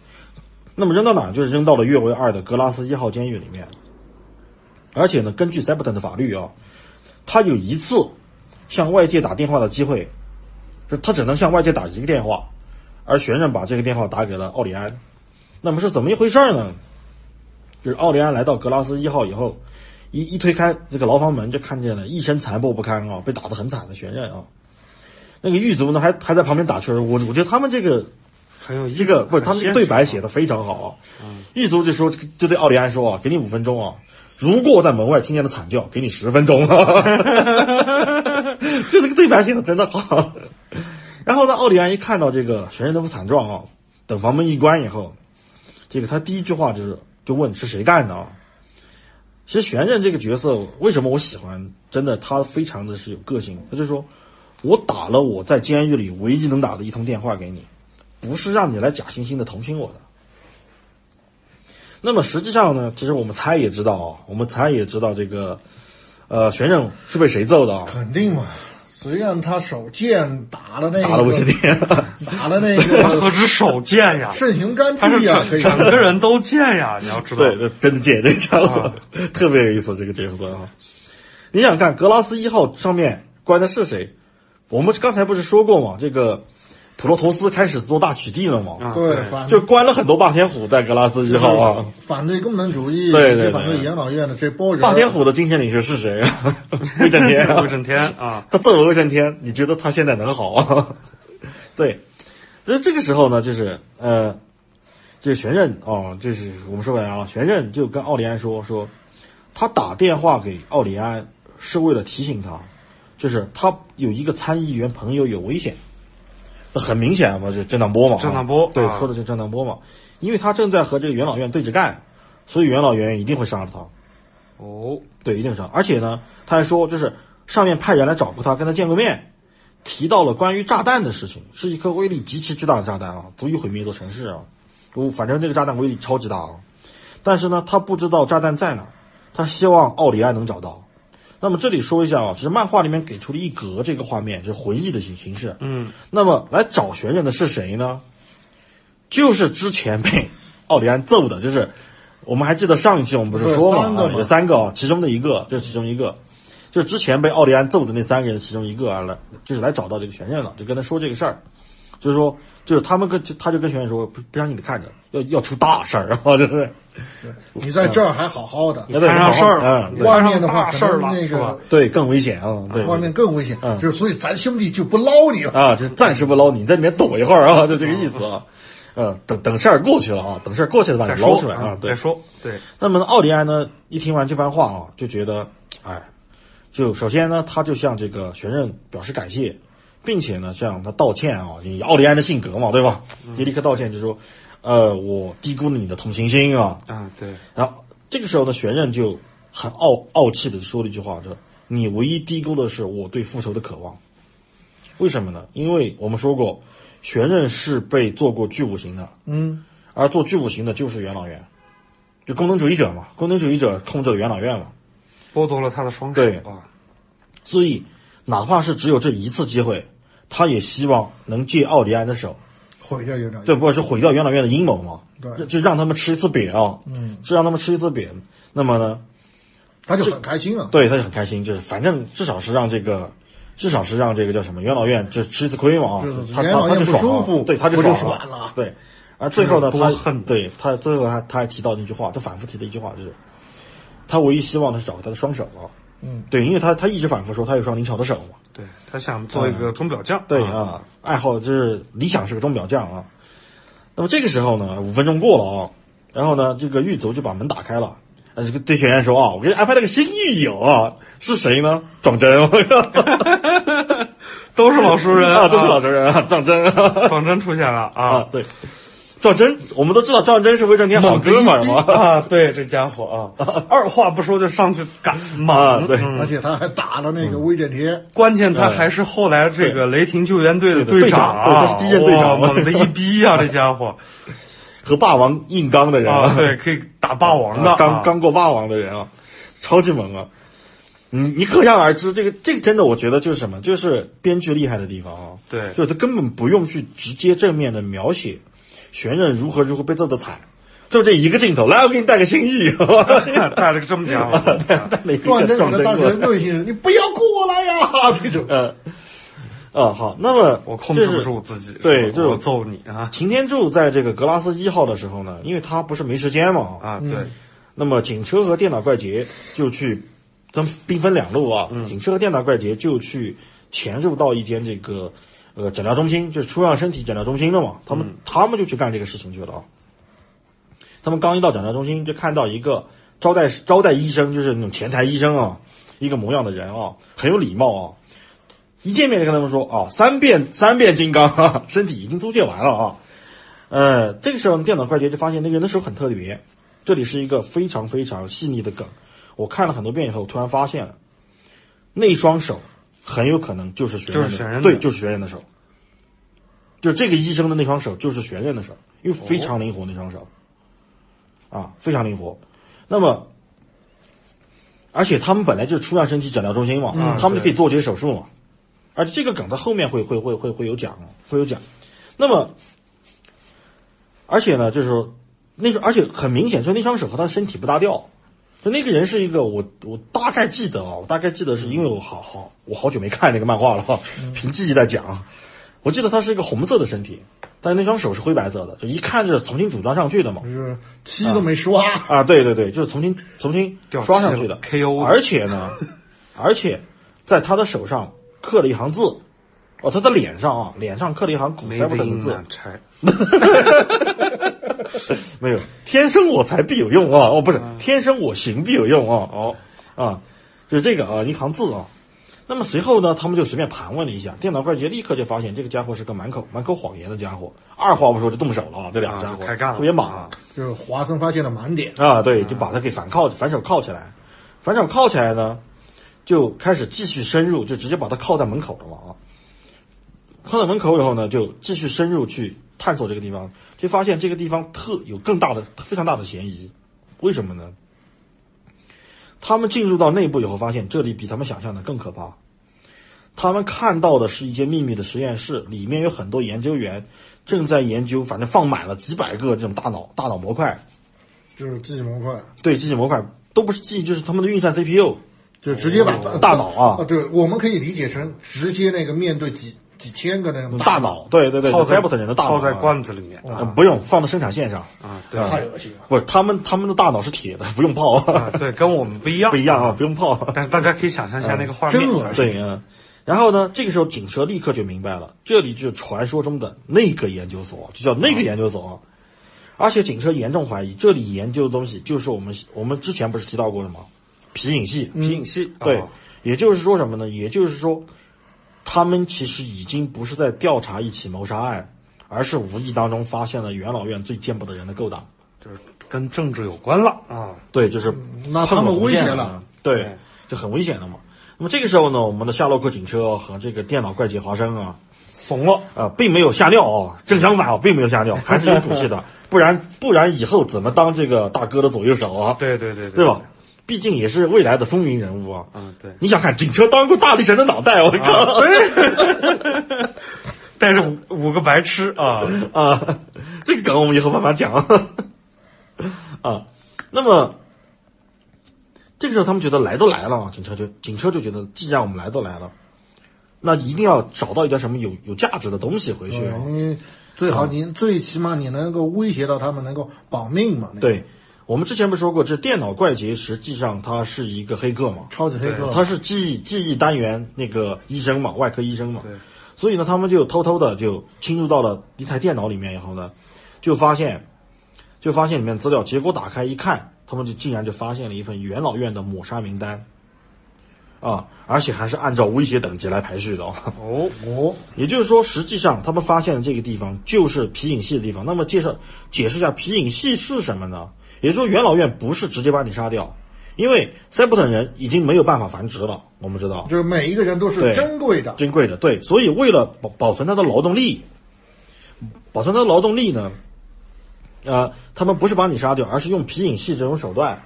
那么扔到哪儿？就是扔到了越位二的格拉斯一号监狱里面。而且呢，根据塞伯 n 的法律啊，他有一次向外界打电话的机会，就他只能向外界打一个电话，而玄任把这个电话打给了奥利安。那么是怎么一回事儿呢？就是奥利安来到格拉斯一号以后，一一推开这个牢房门，就看见了一身残破不堪啊，被打得很惨的玄任啊。那个狱卒呢，还还在旁边打圈儿。我我觉得他们这个很有意思这个不是他们这个很对现实白写的非常好啊。狱卒就说就对奥利安说啊，给你五分钟啊，如果我在门外听见了惨叫，给你十分钟啊。 就这个对白写的真的好。 然后呢，奥利安一看到这个玄人的惨状啊，等房门一关以后，这个他第一句话就是就问是谁干的啊。其实玄任这个角色为什么我喜欢？真的，他非常的是有个性。他就说，我打了我在监狱里唯一能打的一通电话给你，不是让你来假惺惺的同情我的。那么实际上呢，其实我们猜也知道啊，我们猜也知道这个，呃，玄任是被谁揍的啊？肯定嘛。谁让他手贱打了那个打了卫生间，打了那他何 个止手贱呀，肾形啊肝他是病呀，整谁整个人都贱呀，你要知道。对，这真的见这家伙， 特别有意思这个角色啊。你想看格拉斯一号上面关的是谁？我们刚才不是说过吗？这个普罗头斯开始做大取缔了吗？啊对反就关了很多霸天虎在格拉斯一号啊。反对功能主义，对对以及对反对养老院的这波人，霸天虎的精神领袖是谁？威震天啊，魏震天啊，他揍了魏震天，你觉得他现在能好啊？ 对，那这个时候呢，就是呃，就是玄任哦，就是我们说回来啊，玄任就跟奥利安说说，他打电话给奥利安是为了提醒他，就是他有一个参议员朋友有危险，那很明啊显嘛，就是郑党波嘛，郑党波对，啊说的就是郑党波嘛，因为他正在和这个元老院对着干，所以元老院一定会杀了他。哦，对，一定上。而且呢，他还说，就是上面派人来找过他，跟他见过面，提到了关于炸弹的事情，是一颗威力极其巨大的炸弹啊，足以毁灭一座城市啊。我反正这个炸弹威力超级大啊，但是呢，他不知道炸弹在哪儿，他希望奥里安能找到。那么这里说一下啊，只是漫画里面给出了一格这个画面，就是回忆的形形式。嗯，那么来找寻人的是谁呢？就是之前被 奥里安揍的，就是我们还记得上一期我们不是说不是三个嘛，吗有三个啊，其中的一个，这是其中一个，就是之前被奥利安揍的那三个人其中一个啊，来就是来找到这个玄任了，就跟他说这个事儿，就是说，就是他们跟就他就跟玄任说，不不让你得看着，要要出大事儿 啊，就是你在这儿还好好的，要在摊上事儿了嗯，你对嗯外摊面上的话大事儿可了，能那是吧个？对，更危险啊，对外面更危险，嗯就是所以咱兄弟就不捞你了。啊，就暂时不捞你，你在里面躲一会儿啊，就这个意思啊，嗯，等等事儿过去了啊，等事儿过去了把再你捞说嗯出来啊，对再，说，对，那么呢奥利安呢，一听完这番话啊，就觉得，哎，就首先呢，他就向这个玄任表示感谢，并且呢，向他道歉啊，以奥利安的性格嘛，对吧？也立刻道歉，就说，呃，我低估了你的同情心啊。啊，对，然后这个时候呢，玄任就很傲傲气的说了一句话，就是你唯一低估的是我对复仇的渴望。为什么呢？因为我们说过，玄任是被做过巨五行的，嗯，而做巨五行的就是元老院，就功能主义者嘛，功能主义者控制了元老院嘛，剥夺了他的双手对啊，所以哪怕是只有这一次机会，他也希望能借奥迪安的手，毁掉有点。对，不是毁掉元老院的阴谋嘛，对就就让他们吃一次瘪啊，嗯，就让他们吃一次瘪。那么呢，他就很开心啊。对，他就很开心，就是反正至少是让这个，至少是让这个叫什么元老院就吃一次亏嘛啊就是，他元他老他院就不爽舒了服，对，他就我就爽啊爽了对。而最后呢，多他恨对他最后还他还提到那句话，就反复提的一句话就是，他唯一希望的是找回他的双手啊。嗯，对，因为他他一直反复说他有双灵巧的手嘛。对他想做一个钟表匠，嗯对啊，啊，爱好就是理想是个钟表匠啊。那么这个时候呢，五分钟过了啊，然后呢，这个狱卒就把门打开了，呃，这个对学员说啊，我给你安排了个新狱友啊，是谁呢？撞针，我靠，啊都是老熟人 啊，都是老实人啊，撞针啊，仿真出现了啊啊，对，撞针，我们都知道撞针是威震天好哥们儿嘛，啊，对，这家伙啊，二话不说就上去干啊嘛？对嗯而且他还打了嗯那个威震天，关键他还是后来这个雷霆救援队的对长的队长对啊，他是第一任队长哇猛的一逼呀，这家 伙和霸王硬刚的人啊，对，可以打霸王的啊啊，刚刚过霸王的人啊，超级猛啊！你你可想而知，这个这个真的，我觉得就是什么，就是编剧厉害的地方啊。对 就是他根本不用去直接正面的描写玄刃如何如何被揍的惨，就这一个镜头，来，我给你带个新意，带了个这么家伙， 带带了一个撞撞针针给他当棍成 内心人，你不要过来呀！这种呃，啊好，那么我控制这不是住自己，对这是我揍你啊擎天柱在这个格拉斯一号的时候呢，因为他不是没时间嘛，啊啊，对，那么警车和电脑怪杰就去，咱们兵分两路啊。警车和电脑怪杰就去潜入到一间这个呃诊疗中心，就是出让身体诊疗中心的嘛。他们、他们就去干这个事情去了啊。他们刚一到诊疗中心，就看到一个招待招待医生，就是那种前台医生啊，一个模样的人啊，很有礼貌啊。一见面就跟他们说啊，三遍三遍金刚，哈哈身体已经租借完了啊。呃，这个时候呢电脑快捷就发现那个人的手很特别，这里是一个非常非常细腻的梗。我看了很多遍以后，我突然发现了，那双手很有可能就是玄就是玄任的任的，对，就是玄任的手，就这个医生的那双手就是玄任的手，因为非常灵活那双手，啊，非常灵活。那么，而且他们本来就是出让身体诊疗中心嘛，他们就可以做这些手术嘛。而且这个梗在后面会会会会会有讲啊，会有讲。那么，而且呢，就是说那个，而且很明显，就那双手和他的身体不搭调。就那个人是一个我我大概记得啊，我大概记得是因为我好好我好久没看那个漫画了啊，嗯凭记忆在讲啊。我记得他是一个红色的身体，但是那双手是灰白色的，就一看就是重新组装上去的嗯嘛。就是漆都没刷，啊，对对对，就是重新重新掉漆刷上去的了 KO 而且呢，而且在他的手上刻了一行字，哦，他的脸上啊，脸上刻了一行古没啊塞伯特的音字呢，，拆没有，天生我材必有用啊，哦哦，不是，天生我行必有用啊，哦，啊，就是这个啊，一行字啊。那么随后呢，他们就随便盘问了一下，电脑怪杰立刻就发现这个家伙是个满口满口谎言的家伙，二话不说就动手了啊！这两个家伙、啊开干了特别莽啊！就是华生发现了盲点，啊，对，就把他给反铐反手铐起来，反手铐起来呢，就开始继续深入，就直接把他铐在门口了嘛啊。铐在门口以后呢，就继续深入去探索这个地方，就发现这个地方特有更大的非常大的嫌疑，为什么呢？他们进入到内部以后，发现这里比他们想象的更可怕。他们看到的是一间秘密的实验室，里面有很多研究员正在研究，反正放满了几百个这种大脑大脑模块，就是自己模块，对记忆模块都不是记忆，就是他们的运算 CPU。就直接把大脑啊对，我们可以理解成直接那个面对几几千个那种大脑，对对对，泡在 c y b e 人的大脑泡啊，在罐子里面呃不用放到生产线上，啊，对太恶心了。不是他们他们的大脑是铁的，不用泡，啊，对，跟我们不一样， 不一样啊，，嗯不用泡。但是大家可以想象一下那个画面真，恶心！对，嗯。然后呢，这个时候警车立刻就明白了，这里就是传说中的那个研究所，就叫那个研究所。而且警车严重怀疑这里研究的东西就是我们我们之前不是提到过什么皮影戏，嗯皮影戏，对啊，也就是说什么呢？也就是说，他们其实已经不是在调查一起谋杀案，而是无意当中发现了元老院最见不得人的勾当。就是跟政治有关了啊，对，就是那碰他了们红威线胁了了，，对，就很危险的嘛。那么这个时候呢，我们的夏洛克警车和这个电脑怪杰华生啊，怂了，啊，并没有吓尿啊，正相反啊，并没有吓 尿，还是有骨气的，不然不然以后怎么当这个大哥的左右手啊？对对对对吧？？毕竟也是未来的风云人物啊。啊，对，你想看警车当过大力神的脑袋，我靠！ 但是五五个白痴啊，啊，这个梗我们以后慢慢讲啊。那么这个时候，他们觉得来都来了嘛，啊警车就警车就觉得，既然我们来都来了，那一定要找到一点什么有有价值的东西回去啊。您最好您最起码你能够威胁到他们，能够保命嘛。那个，对，我们之前不是说过，这电脑怪杰实际上他是一个黑客嘛，超级黑客，他是记忆记忆单元那个医生嘛，外科医生嘛对。所以呢，他们就偷偷的就侵入到了一台电脑里面以后呢，就发现，就发现里面资料，结果打开一看，他们就竟然就发现了一份元老院的抹杀名单，啊，而且还是按照威胁等级来排序的、哦。哦，哦，也就是说，实际上他们发现的这个地方就是皮影戏的地方。那么介绍解释一下皮影戏是什么呢？也就是说，元老院不是直接把你杀掉，因为塞伯特人已经没有办法繁殖了。我们知道，就是每一个人都是对珍贵的，珍贵的，对，所以为了保保存他的劳动力，保存他的劳动力呢，呃，他们不是把你杀掉，而是用皮影戏这种手段，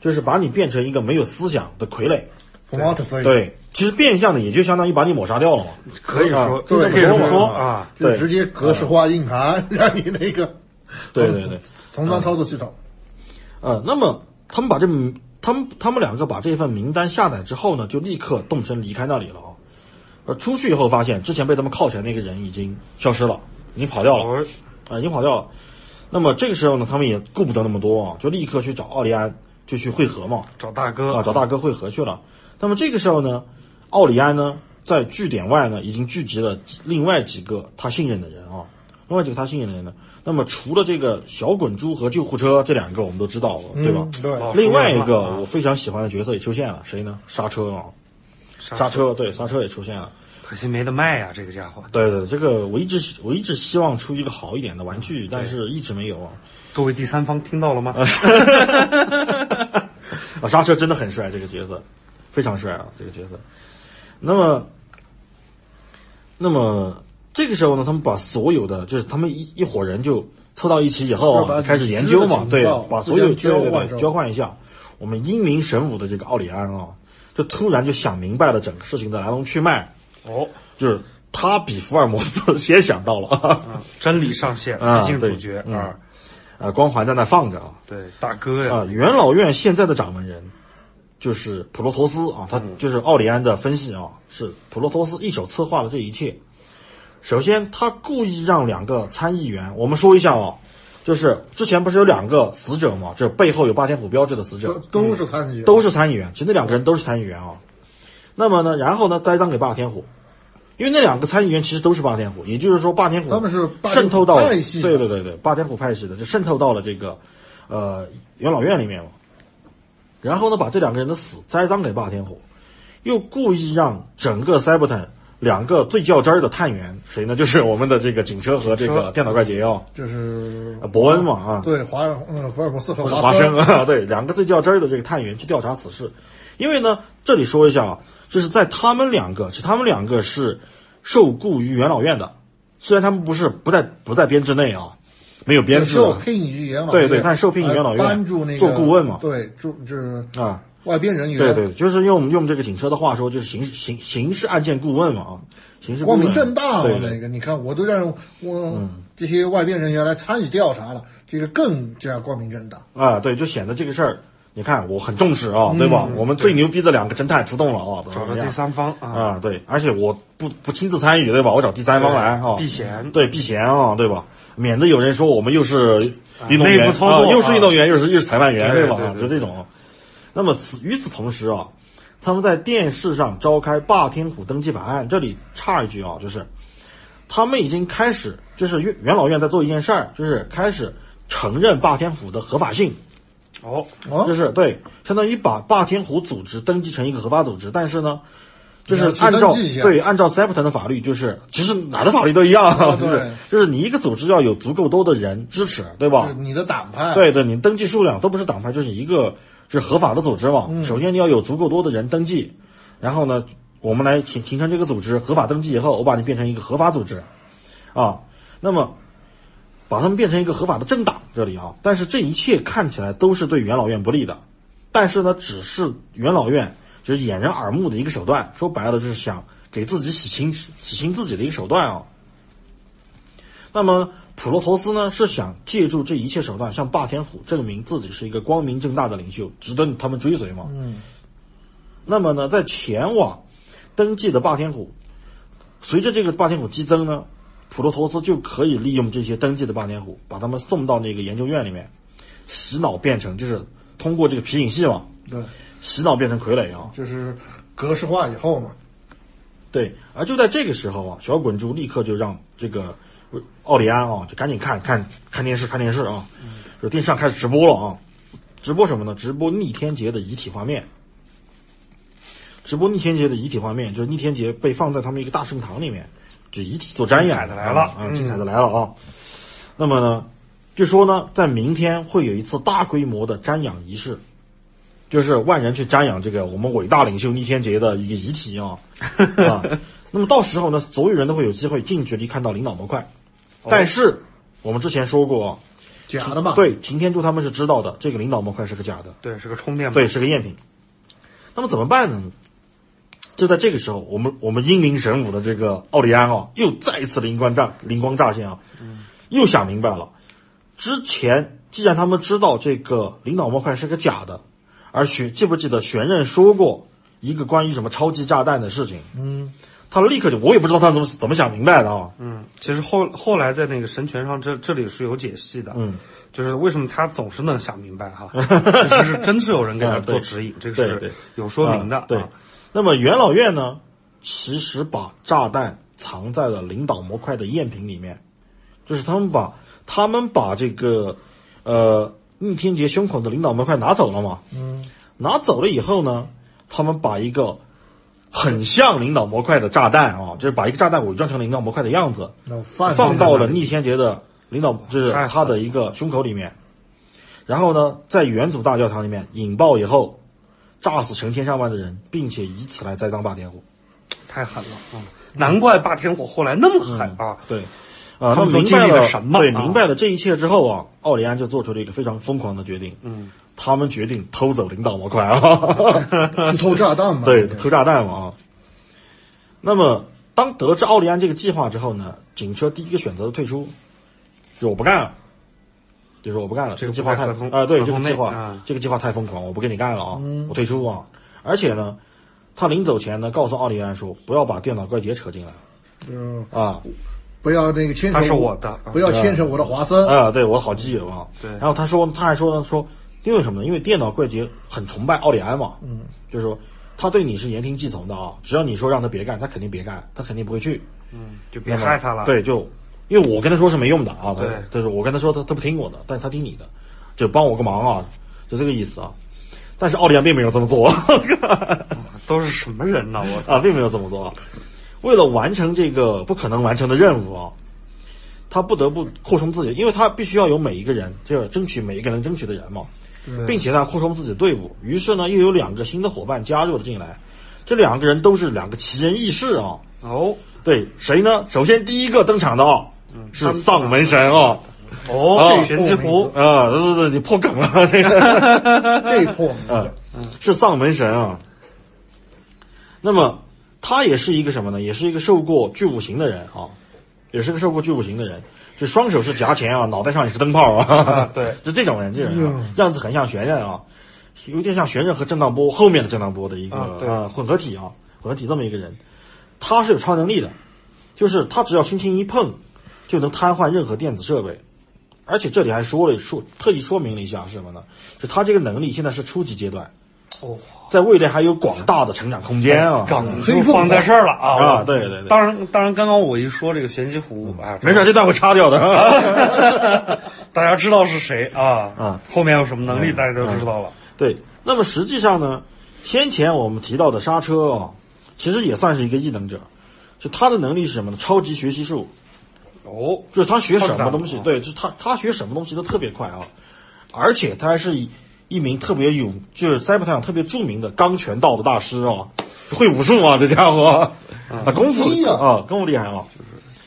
就是把你变成一个没有思想的傀儡。 f o r t 对，其实变相的也就相当于把你抹杀掉了嘛。啊可以说，就这可以这么说么说嘛啊，就对直接格式化硬盘， 让你那个对 对嗯对，重装操作系统。呃，那么他们把这名他们他们两个把这份名单下载之后呢，就立刻动身离开那里了啊。而出去以后发现，之前被他们铐起来那个人已经消失了，已经跑掉了。哦，啊，已经跑掉了。那么这个时候呢，他们也顾不得那么多啊，就立刻去找奥利安，就去会合嘛，找大哥啊，找大哥会合去了。那么这个时候呢，奥利安呢，在据点外呢，已经聚集了几另外几个他信任的人啊，另外几个他信任的人呢，那么除了这个小滚珠和救护车这两个我们都知道了，对吧嗯？对，哦另外一熟人了个啊我非常喜欢的角色也出现了，谁呢？刹车啊，刹刹，车，对，刹车也出现了。可惜没得卖呀，这个家伙，对对，这个我一直我一直希望出一个好一点的玩具，但是一直没有啊。各位第三方听到了吗？呃啊，刹车真的很帅，这个角色非常帅啊，这个角色。那么，那么这个时候呢，他们把所有的就是他们一一伙人就凑到一起以后要把啊，开始研究嘛，知识情对报，把互所有相交对对换对着交换一下。我们英明神武的这个奥里安啊，就突然就想明白了整个事情的来龙去脉，哦，就是他比福尔摩斯 先想到了啊，真理上线，啊理性对主角嗯啊，啊，光环在那放着啊，对，大哥啊，呀，元老院现在的掌门人就是普罗托斯啊，他嗯就是奥里安的分析啊，是普罗托斯一手策划了这一切。首先，他故意让两个参议员，我们说一下哦，就是之前不是有两个死者嘛，这背后有霸天虎标志的都死者，都是参与，啊嗯都是参议员，其实那两个人都是参议员啊。那么呢，然后呢，栽赃给霸天虎，因为那两个参议员其实都是霸天虎，也就是说霸天虎他们是霸天虎渗透到了派系的对对对对，霸天虎派系的就渗透到了这个哦呃元老院里面嘛。然后呢，把这两个人的死栽赃给霸天虎，又故意让整个 c y b e r t o n 两个最较真儿的探员，谁呢？就是我们的这个警车和这个电脑怪杰哦，就是呃伯恩嘛啊，对华嗯福尔摩斯和华生生啊，对，两个最较真儿的这个探员去调查此事。因为呢，这里说一下啊，就是在他们两个，其实他们两个是受雇于元老院的，虽然他们不是不在不在编制内啊，没有编制受啊聘于元老对院对但受聘于元老院呃帮助那个做顾问嘛对，助就是啊，外边人员，对对，就是用用这个警车的话说，就是刑刑刑事案件顾问嘛啊，刑事顾光问明正大嘛对嗯那对个，你看我都让我这些外边人员来参与调查了，这个更加光明正大。啊，对，就显得这个事儿，你看我很重视啊，对吧？嗯我们最牛逼的两个侦探出动了啊，找到到第三方啊，啊，对，而且我不不亲自参与，对吧？我找第三方来啊，避嫌对避嫌啊，对吧？免得有人说我们又是运动员内部操作啊又是运动员，又是又是裁判员，对吧？对啊对就这种。那么此与此同时啊，他们在电视上召开霸天虎登基法案，这里插一句啊，就是他们已经开始，就是元元老院在做一件事儿，就是开始承认霸天虎的合法性。哦，哦就，是对，相当于把霸天虎组织登记成一个合法组织，但是呢，就是你要去按照登记一下对按照 Septon 的法律，就是其实哪儿的法律都一样，啊 就对是就是你一个组织要有足够多的人支持，对就吧是？你的党派，对对，你登记数量都不是党派，就是一个是合法的组织嘛。嗯首先你要有足够多的人登记，然后呢，我们来形形成这个组织，合法登记以后，我把你变成一个合法组织，啊，那么把他们变成一个合法的政党，这里啊，但是这一切看起来都是对元老院不利的，但是呢，只是元老院就是掩人耳目的一个手段，说白了就是想给自己洗清洗清自己的一个手段啊。那么普罗头斯呢，是想借助这一切手段向霸天虎证明自己是一个光明正大的领袖，值得他们追随嘛。嗯。那么呢，在前往登记的霸天虎，随着这个霸天虎激增呢，普罗头斯就可以利用这些登记的霸天虎，把他们送到那个研究院里面，洗脑变成就是通过这个皮影戏嘛，对，洗脑变成傀儡啊。就是格式化以后嘛，对，而就在这个时候啊，小滚珠立刻就让这个奥利安啊，就赶紧看看看电视，看电视啊，就电视上开始直播了啊，直播什么呢？直播逆天劫的遗体画面，直播逆天劫的遗体画面，就是逆天劫被放在他们一个大圣堂里面，就遗体做瞻仰，彩的来了啊，嗯精彩的来了啊。那么呢，据说呢，在明天会有一次大规模的瞻仰仪式，就是万人去瞻仰这个我们伟大领袖逆天劫的一个遗体啊。啊，那么到时候呢，所有人都会有机会近距离看到领导模块，哦但是我们之前说过啊，假的嘛，，对擎天柱他们是知道的，这个领导模块是个假的，对，是个充电宝，对，是个赝品。那么怎么办呢？就在这个时候，我们我们英明神武的这个奥利安啊，又再一次灵光乍灵光乍现啊，又想明白了。之前既然他们知道这个领导模块是个假的，而玄记不记得玄任说过一个关于什么超级炸弹的事情？嗯，他立刻就我也不知道他怎么怎么想明白的啊。嗯，其实后后来在那个神权上，这这里是有解析的，嗯，就是为什么他总是能想明白 哈，就是真是有人给他啊做对指引，这个对对是有说明的啊，对啊，那么元老院呢，其实把炸弹藏在了领导模块的赝品里面，就是他们把他们把这个呃逆天劫胸口的领导模块拿走了嘛。嗯。拿走了以后呢，他们把一个很像领导模块的炸弹啊，就是把一个炸弹伪装成领导模块的样子，那放放到了那里逆天劫的领导，就是太狠他的一个胸口里面。然后呢，在元祖大教堂里面引爆以后，炸死成千上万的人，并且以此来栽赃霸天虎。太狠了啊，难怪霸天火后来那么狠啊，对，啊，他们都明白经历了了什么对，啊明白了这一切之后啊，奥利安就做出了一个非常疯狂的决定。嗯，他们决定偷走领导模 块啊。去偷炸弹嘛，对，那个偷炸弹嘛啊。那么，当得知奥利安这个计划之后呢，警车第一个选择的退出，就是我不干了，就是我不干了，这这个个计不在划太合同啊、对，合这同个计内划、啊嗯这个计划太疯狂，我不跟你干了啊，我退出啊。而且呢，他临走前呢，告诉奥利安说，不要把电脑怪杰扯进来就是啊不要那个牵扯他是我的不嗯要牵扯我的华森，啊！对我好基友啊。嗯对然后他说，他还说呢，说因为什么呢？因为电脑怪杰很崇拜奥利安嘛，嗯，就是说他对你是言听计从的啊，只要你说让他别干，他肯定别干，他肯定不会去。嗯，就别害他了，对，就因为我跟他说是没用的啊，对就是我跟他说他他不听我的，但是他听你的，就帮我个忙啊，就这个意思啊。但是奥利安并没有这么做 都是什么人呢？我啊，并没有这么做啊。为了完成这个不可能完成的任务啊，他不得不扩充自己，因为他必须要有每一个人，就要争取每一个能争取的人嘛，并且他扩充自己的队伍。于是呢，又有两个新的伙伴加入了进来，这两个人都是两个奇人异士啊。哦对，谁呢？首先第一个登场的啊，是丧门神啊。嗯哦，玄之狐啊，对对对，你破梗了，这个这破名字啊，是丧门神啊。那么他也是一个什么呢？也是一个受过巨五行的人啊，也是个受过巨五行的人，就双手是夹钳啊，脑袋上也是灯泡啊， 对，就这种人，这种人啊，样子很像玄刃啊，有点像玄刃和震荡波后面的震荡波的一个啊对呃混合体啊，混合体这么一个人，他是有超能力的，就是他只要轻轻一碰，就能瘫痪任何电子设备。而且这里还说了说，特意说明了一下是什么呢？就他这个能力现在是初级阶段，哦，在未来还有广大的成长空间啊！梗就放在这儿了啊！啊对对对当然，当然，刚刚我一说这个玄机湖啊， 没事，这段会擦掉的。 大家知道是谁啊？啊，后面有什么能力，大家都知道了。对，那么实际上呢，先前我们提到的刹车啊，其实也算是一个异能者，就他的能力是什么呢？超级学习术，嗯哦，就是他学什么东超级大西，脑啊对，就是他他学什么东西都特别快啊，而且他还是一一名特别有，就是塞普坦特别著名的钢拳道的大师啊，会武术啊，这家伙啊功夫厉害啊功夫厉害啊，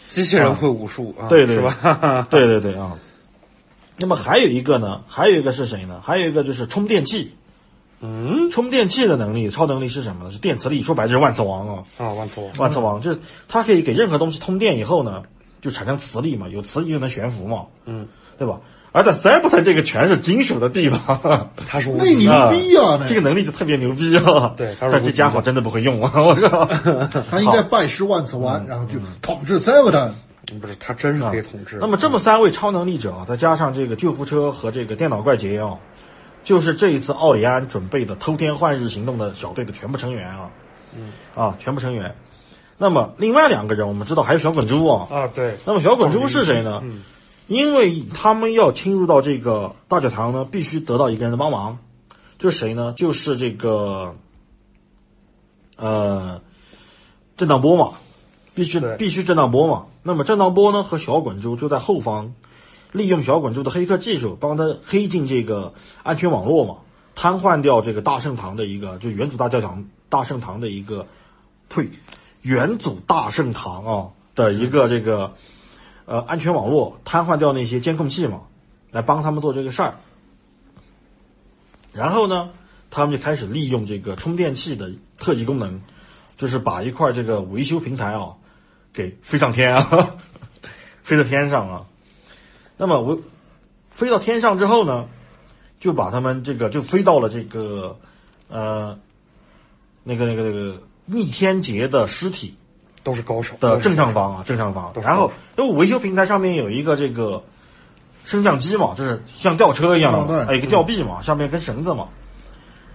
机器人会武术哎啊，嗯对对是吧？ 对对对啊。那么还有一个呢，还有一个是谁呢？还有一个就是充电器，嗯，充电器的能力超能力是什么呢？是电磁力，说白了就是万磁王啊，啊，万磁王，万磁王就是它可以给任何东西通电以后呢，就产生磁力嘛，有磁力就能悬浮嘛，嗯，对吧？而在塞伯特这个全是金属的地方， 他是无那敌牛的逼啊！嗯这个能力就特别牛逼啊！对他是但这家伙真的不会用啊！我靠， 那他应该拜师万磁丸，然后嗯就统治 Seven。不是他真是可以统治。那么这么三位超能力者啊，再加上这个救护车和这个电脑怪杰啊，就是这一次奥里安准备的偷天换日行动的小队的全部成员啊，嗯，啊，全部成员。那么另外两个人，我们知道还有小滚珠啊，啊，对，那么小滚珠是谁呢？因为他们要侵入到这个大教堂呢，必须得到一个人的帮忙，就是谁呢？就是这个，呃，震荡波嘛，必须对必须震荡波嘛。那么震荡波呢和小滚珠就在后方，利用小滚珠的黑客技术帮他黑进这个安全网络嘛，瘫痪掉这个大圣堂的一个，就元祖大教堂大圣堂的一个，呸，元祖大圣堂啊的一个这个，呃，安全网络瘫痪掉那些监控器嘛，来帮他们做这个事儿。然后呢，他们就开始利用这个充电器的特异功能，就是把一块这个维修平台啊，给飞上天啊， 飞到天上啊。那么我飞到天上之后呢，就把他们这个就飞到了这个呃，那个那个那个逆天劫的尸体都是高手的正上方啊，正上方。都是然后因为维修平台上面有一个这个升降机嘛，就是像吊车一样吊带的，哎，一个吊臂嗯嘛，上面跟绳子嘛。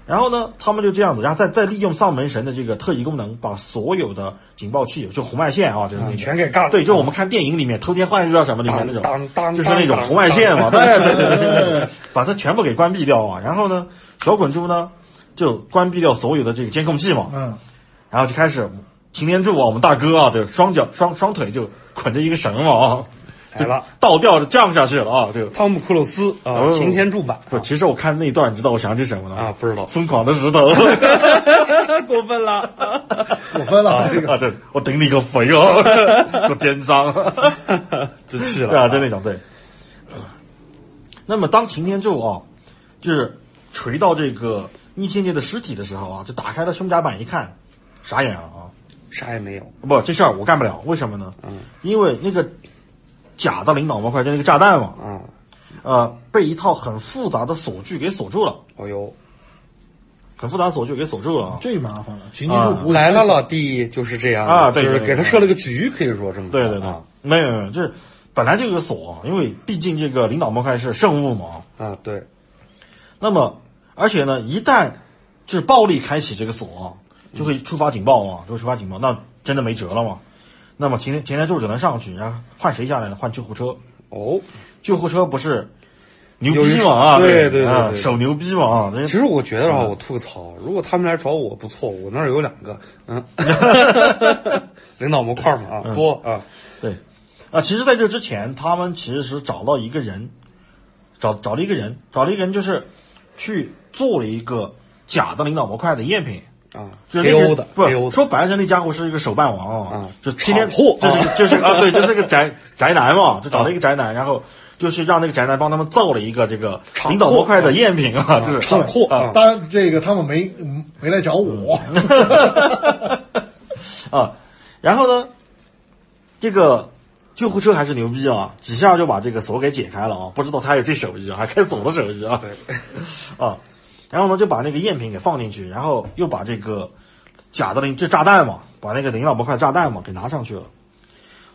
然后呢，他们就这样子，然后再再利用丧门神的这个特异功能，把所有的警报器，就红外线啊，就是那个嗯全给干了对，就是我们看电影里面偷天换日啊什么里面那当种当，当就是那种当红外线嘛，对对对对对哎，把它全部给关闭掉啊。然后呢，小滚珠呢就关闭掉所有的这个监控器嘛，嗯，然后就开始擎天柱啊，我们大哥啊，就双脚双双腿就捆着一个绳嘛啊，来了，倒吊着降下去了啊，这个。汤姆·克鲁斯啊，哦擎天柱版不，其实我看那一段，你知道我想起什么了啊，？不 知道疯狂的石头啊过分 了，我分了这个，啊！对，我顶你个肥哦，我奸商，真 是对了 啊，就那种对。那么当擎天柱啊，就是锤到这个逆天界的尸体的时候啊，就打开了胸甲板一看，傻眼了啊！啥也没有。不，这事儿我干不了，为什么呢？嗯，因为那个假的领导模块就那个炸弹嘛，啊，呃，被一套很复杂的锁具给锁住了，哦呦，很复杂的锁具给锁住了啊。这麻烦了，秦天柱不会来了，老弟，就是这样啊对就是对对给他设了个局，可以说这么说对对对，啊没有没有没有，就是本来就有个锁，因为毕竟这个领导模块是圣物嘛。啊，对，那么，而且呢，一旦就是暴力开启这个锁，就会触发警报嘛，就会触发警报，那真的没辙了嘛。那么擎天擎天柱只能上去，然后换谁下来呢？换救护车。哦，救护车不是牛逼王啊！有一对对对对啊对手牛逼王啊！真其实我觉得啊，我吐个槽，如果他们来找我不错，我那儿有两个， 嗯，领导模块嘛嗯啊，多啊，对，啊，其实在这之前，他们其实是找到一个人，找找了一个人，找了一个人，就是去做了一个假的领导模块的赝品。啊就是那，KO 个的，KO 不的，说白了，就那家伙是一个手办王啊就天天厂货就是就是啊，对，就是个宅宅男嘛，就找了一个宅啊男，然后就是让那个宅男帮他们造了一个这个领导模块的赝品啊，嗯就是厂货对啊，当然，这个他们没嗯没来找我，啊，然后呢，这个救护车还是牛逼啊，几下就把这个锁给解开了啊，不知道他有这手艺啊，还开锁的手艺啊，对，啊，然后呢就把那个赝品给放进去，然后又把这个假的零这炸弹嘛，把那个领导模块炸弹嘛给拿上去了。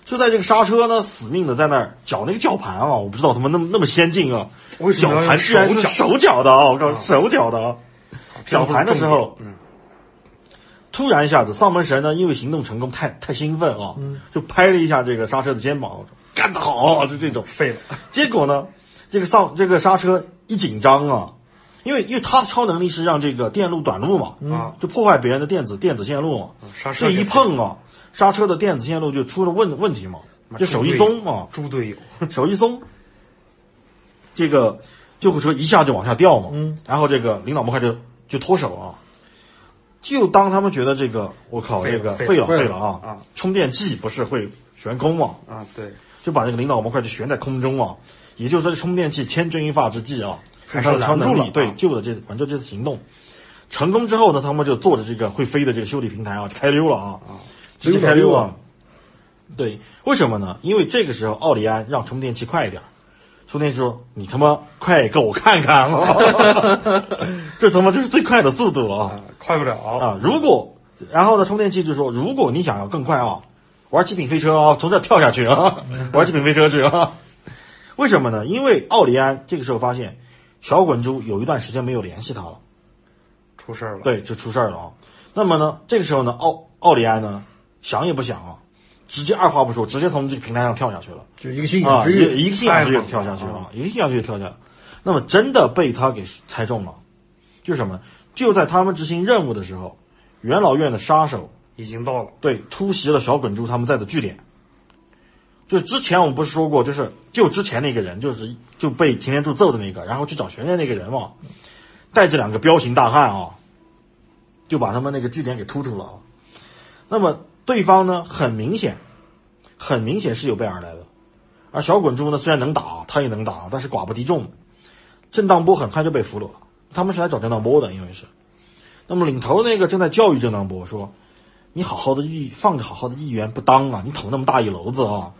就在这个刹车呢，死命的在那儿搅那个绞盘啊！我不知道他们那么那么先进啊，为什绞么要用盘居然是手手绞的啊！我靠，手绞的啊！绞盘的时候，嗯，突然一下子，丧门神呢，因为行动成功太太兴奋啊，嗯就拍了一下这个刹车的肩膀，说干得好，就这种废了。结果呢，这个丧这个刹车一紧张啊，因为因为他的超能力是让这个电路短路嘛，啊就破坏别人的电子电子线路嘛，嗯刹车这一碰啊，刹车的电子线路就出了问问题嘛，就手一松啊，猪队友， 手一松，这个救护车一下就往下掉嘛。嗯，然后这个领导模块就就脱手啊。就当他们觉得这个我靠，废这了个废了了废废了了啊！啊充电器不是会悬空嘛，啊，对，就把这个领导模块就悬在空中啊。也就是说，充电器千钧一发之际啊，还他是的超拦住能了力对啊救了这挽救这次行动成功之后呢，他们就坐着这个会飞的这个修理平台啊，就开溜了啊，直接开溜啊。对，为什么呢？因为这个时候奥利安让充电器快一点儿，充电器说：“你他妈快给我看看啊！” 这他妈就是最快的速度了啊！啊，快不了啊，啊，如果然后呢，充电器就说：“如果你想要更快啊，玩极品飞车啊，从这跳下去啊，玩极品飞车去啊！”为什么呢？因为奥利安这个时候发现小滚珠有一段时间没有联系他了。出事儿了，对，就出事儿了啊。那么呢，这个时候呢，奥奥利安呢，想也不想啊，直接二话不说，直接从这个平台上跳下去了就一个信仰啊，之一个欲。一个信仰之跃太猛了跳下去了，啊，一个信仰之跃跳下去了。那么真的被他给猜中了，就是什么呢？就在他们执行任务的时候，元老院的杀手已经到了，对突袭了小滚珠他们在的据点。就之前我们不是说过，就是就之前那个人，就是就被擎天柱揍的那个，然后去找玄刃那个人嘛，带着两个彪形大汉啊，就把他们那个据点给突出了啊。那么对方呢，很明显，很明显是有备而来的，而小滚珠呢，虽然能打，他也能打，但是寡不敌众。震荡波很快就被俘虏了，他们是来找震荡波的，因为是。那么领头那个正在教育震荡波说：“你好好的议放着好好的议员不当啊，你捅那么大一篓子啊，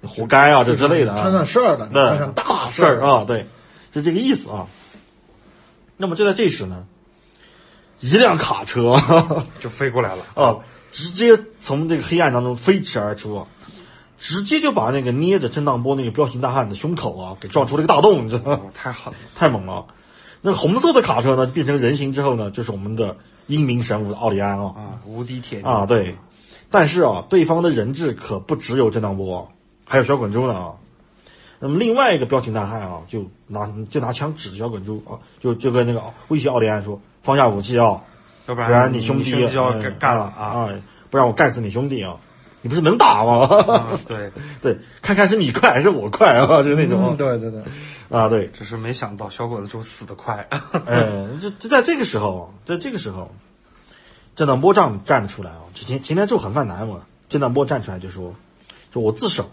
你活该啊，这之类的啊。”摊上事儿了，对摊上大事儿儿，啊，对，就这个意思啊。那么就在这时呢，一辆卡车就飞过来了，啊，直接从这个黑暗当中飞驰而出啊，直接就把那个捏着震荡波那个彪形大汉的胸口啊，给撞出了一个大洞，你知道吗？啊，太狠了，太猛了！啊那红色的卡车呢，变成人形之后呢，就是我们的英明神武的奥利安啊啊，无敌铁啊，对。但是啊，对方的人质可不只有震荡波啊，还有小滚珠呢啊。那么另外一个彪形大汉啊，就拿就拿枪指着小滚珠啊，就就跟那个威胁奥利安说：“放下武器啊，要不不然你兄弟就要嗯干干了啊，啊，不然我干死你兄弟啊！你不是能打吗？ 啊对，对，看看是你快还是我快啊，就是那种嗯，对对对，啊，对。只是没想到小滚珠死得快， 嗯，就就在这个时候，在这个时候，震荡波站站出来啊，前前天就很犯难嘛，震荡波站出来就说，就我自首，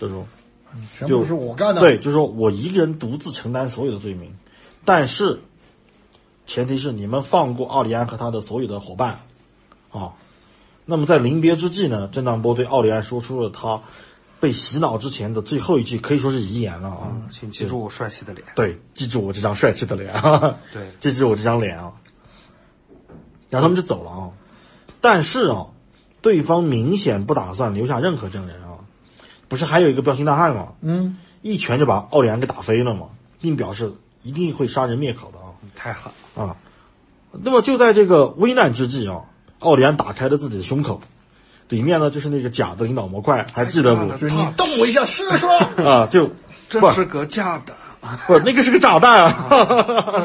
就说，全就部是我干的。对，就说我一个人独自承担所有的罪名，但是前提是你们放过奥利安和他的所有的伙伴，啊，那么在临别之际呢，震荡波对奥利安说出了他被洗脑之前的最后一句，可以说是遗言了啊，请记住我帅气的脸，对，记住我这张帅气的脸，哈哈对记住我这张脸啊。然后他们就走了啊，但是啊，对方明显不打算留下任何证人啊，不是还有一个彪形大汉吗？嗯，一拳就把奥利安给打飞了嘛，并表示一定会杀人灭口的啊。太狠了，啊。那么就在这个危难之际啊，奥利安打开了自己的胸口，里面呢就是那个假的领导模块，还记得太大了不？ 啊就是你动我一下试试。啊，就不这是个假的，不是那个是个炸弹啊！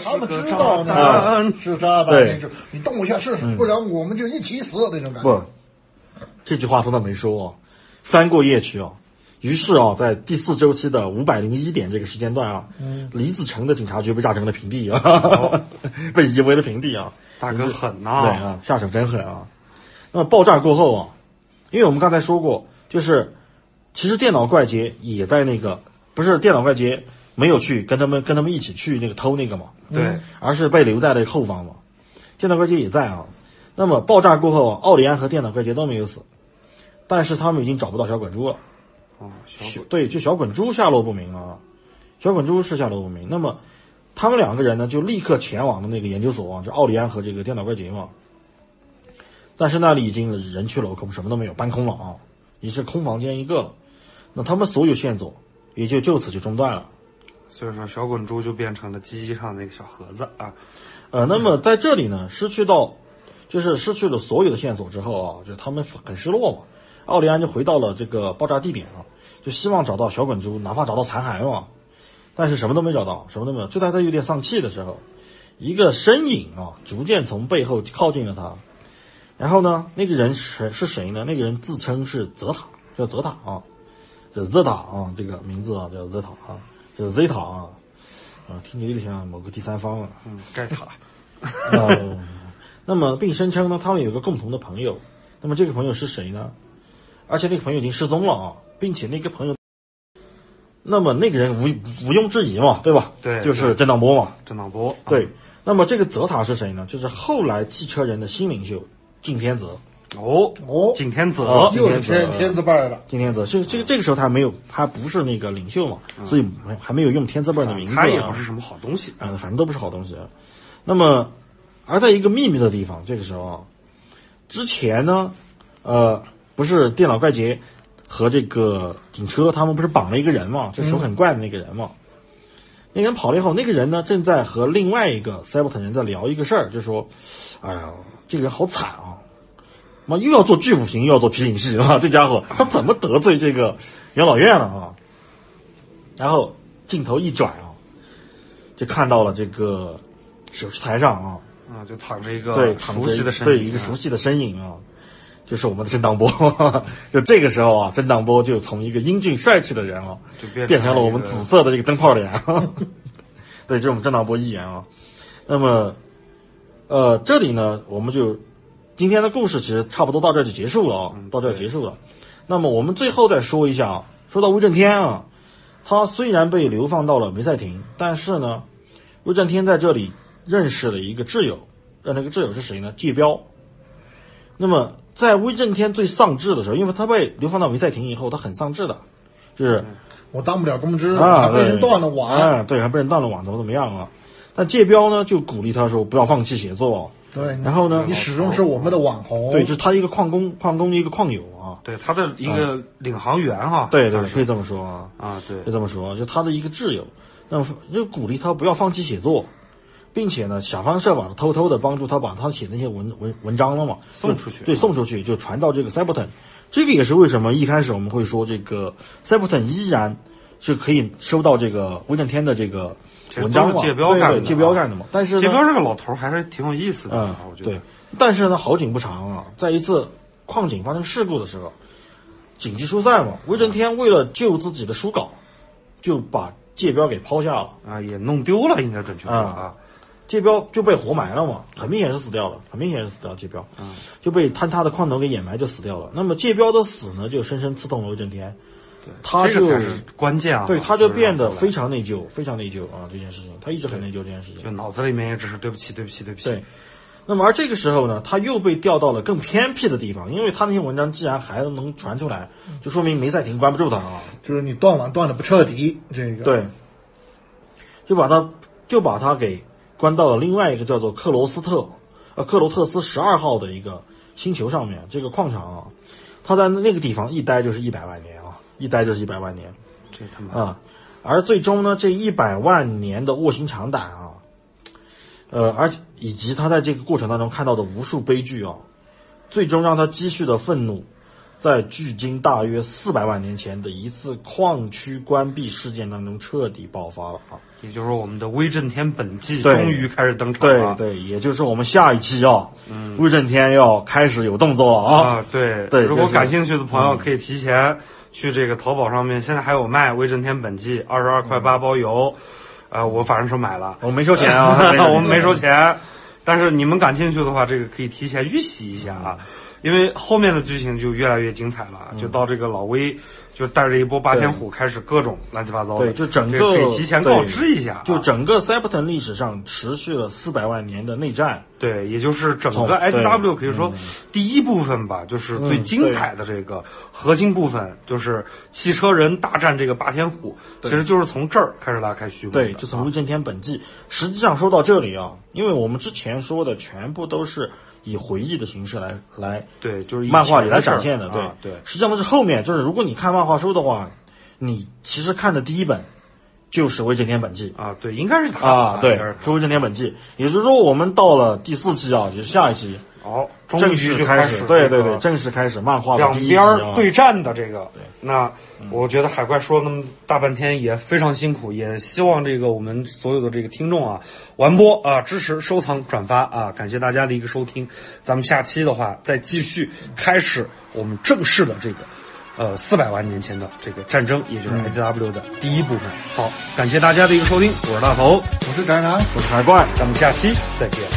他们知道那弹个是炸弹对那嗯种，你动我一下试试，不然我们就一起死那种感觉。不，这句话他倒没说啊，翻过页去啊。于是啊，在第四周期的五百零一点这个时间段啊，李子成的警察局被炸成了平地啊， 被夷为了平地啊。大哥狠呐、对啊，下手真狠啊！那么爆炸过后啊，因为我们刚才说过，就是其实电脑怪杰也在那个不是电脑怪杰没有去跟他们跟他们一起去那个偷那个嘛，对，而是被留在了后方嘛。电脑怪杰也在啊。那么爆炸过后啊，奥利安和电脑怪杰都没有死，但是他们已经找不到小滚珠了。嗯啊，小小对，就小滚珠下落不明啊，小滚珠是下落不明。那么他们两个人呢，就立刻前往了那个研究所啊，就奥利安和这个电脑怪杰嘛。但是那里已经人去楼空，什么都没有，搬空了啊，也是空房间一个了。那他们所有线索也就就此就中断了。所以说小滚珠就变成了机上那个小盒子啊，呃，那么在这里呢，失去到就是失去了所有的线索之后啊，就是他们很失落嘛。奥利安就回到了这个爆炸地点啊，就希望找到小滚珠，哪怕找到残骸嘛。但是什么都没找到，什么都没有。就在他有点丧气的时候，一个身影啊，逐渐从背后靠近了他。然后呢，那个人是是谁呢？那个人自称是泽塔，叫泽塔啊，这泽塔啊，这个名字啊叫泽塔啊，这 Z 塔啊，啊，听着有点像某个第三方啊。嗯，盖塔， 哦，那么并声称呢，他们有一个共同的朋友，那么这个朋友是谁呢？而且那个朋友已经失踪了啊，并且那个朋友，那么那个人无毋庸置疑嘛，对吧？对就是郑道波嘛。郑道波，啊对，那么这个泽塔是谁呢？就是后来汽车人的新领袖敬天泽。哦哦景天子，嗯哦又是天天天字辈儿的，敬天泽是这个这个时候他还没有，他不是那个领袖嘛，所以还还没有用天字辈儿的名字、啊。他也不是什么好东西啊，反正都不是好东西。那么，而在一个秘密的地方，这个时候啊，之前呢，呃，不是电脑怪杰和这个警车他们不是绑了一个人嘛，就手很怪的那个人嘛。那人跑了以后，那个人呢正在和另外一个塞伯特人在聊一个事儿，就说：“哎呀，这个人好惨啊，妈又要做巨斧型，又要做皮影戏啊， 这家伙他怎么得罪这个养老院了啊？”然后镜头一转啊，就看到了这个手术台上啊，啊，就躺着一个对，躺熟着悉的身影，对一个熟悉的身影啊，就是我们的郑当波。 就这个时候啊，郑当波就从一个英俊帅气的人啊，就变成变成了了一我们个紫色的这个灯泡脸。啊 对，这是我们郑当波一言啊。那么，呃，这里呢，我们就今天的故事其实差不多到这儿就结束了啊，嗯到这儿结束了。那么我们最后再说一下啊，说到威震天啊，他虽然被流放到了梅赛廷，但是呢，威震天在这里认识了一个挚友，呃，那个挚友是谁呢？界标。那么在威震天最丧志的时候，因为他被流放到梅赛廷以后，他很丧志的，嗯就是我当不了公知，啊，还被人对断了网。哎对，还被人断了网，怎么怎么样啊？但界标呢，就鼓励他说不要放弃写作，对，你然后呢你始终是我们的网红。对，就是他一个矿工，矿工的一个矿友啊，对他的一个领航员哈，对对他，是可以这么说啊。啊，对就，这么说，就他的一个挚友，那么就鼓励他不要放弃写作，并且呢，想方设法的偷偷的帮助他把他写的那些文文文章了嘛，送出去对，送出去就传到这个 Cyberton，这个也是为什么一开始我们会说这个 Cyberton 依然是可以收到这个威震天的这个这文章都嘛，是界标干的对对，界标干的嘛，但是呢杰彪这个老头儿还是挺有意思的嗯啊，，我觉得对，。但是呢，好景不长啊，在一次矿井发生事故的时候，紧急疏散嘛，威震天为了救自己的书稿，就把界标给抛下了，啊，也弄丢了，应该准确说啊啊，界标就被活埋了嘛，很明显是死掉了，很明显是死掉界标，嗯就被坍塌的矿头给掩埋就死掉了。那么界标的死呢，就深深刺痛了威震天，对，他这个才就是关键啊，对，他就变得是吧非常内疚，非常内疚啊，这件事情，他一直很内疚这件事情就。脑子里面也只是对不起，对不起，对不对起，，那么而这个时候呢，他又被调到了更偏僻的地方，因为他那些文章既然还能传出来，就说明梅赛廷关不住他啊。就是你断网断的不彻底，这个。对，就把他就把他给关到了另外一个叫做克罗斯特，呃，克罗特斯十二号的一个星球上面，这个矿场啊，他在那个地方一待就是一百万年啊，一待就是一百万年。这他妈啊、而最终呢，这一百万年的卧薪尝胆啊，呃，而且以及他在这个过程当中看到的无数悲剧啊，最终让他积蓄的愤怒在距今大约四百万年前的一次矿区关闭事件当中彻底爆发了啊！也就是说，我们的威震天本纪对终于开始登场对了。对，也就是我们下一期啊，威震天要开始有动作了啊！嗯啊，对对嗯如果就是感兴趣的朋友可以提前去这个淘宝上面，现在还有卖《威震天本纪》，二十二块嗯八包邮。啊，我反正是买了，，我们没收钱 啊 我们没收钱。但是你们感兴趣的话，这个可以提前预习一下啊，嗯因为后面的剧情就越来越精彩了，就到这个老威就带着一波霸天虎开始各种乱七八糟的，对，就整这个可以提前告知一下啊，对就整个 Septon 历史上持续了四百万年的内战，对，也就是整从个 HW 对嗯可以说第一部分吧，就是最精彩的这个核心部分，就是汽车人大战这个霸天虎，其实就是从这儿开始拉开序幕的。啊对，就从威震天本纪。实际上说到这里啊，因为我们之前说的全部都是以回忆的形式来来对，就是以漫画前里的来事儿展现的，对、啊对实际上都是后面，就是如果你看漫画书的话，你其实看的第一本就是威震天本纪。啊对，应该是他啊，对应该是，是威震天本纪，也就是说，我们到了第四季啊，就是下一期他好，终正于式就开始对这对个对，正式开始漫画的两第一集边啊儿，对战的这个，那我觉得海怪说那么大半天也非常辛苦，也希望这个我们所有的这个听众啊，完播啊，支持、收藏、转发啊，感谢大家的一个收听。咱们下期的话再继续开始我们正式的这个。呃，四百万年前的这个战争，也就是 IDW 的第一部分。好，感谢大家的一个收听，我是大头，我是宅男。我是海怪。咱们下期再见。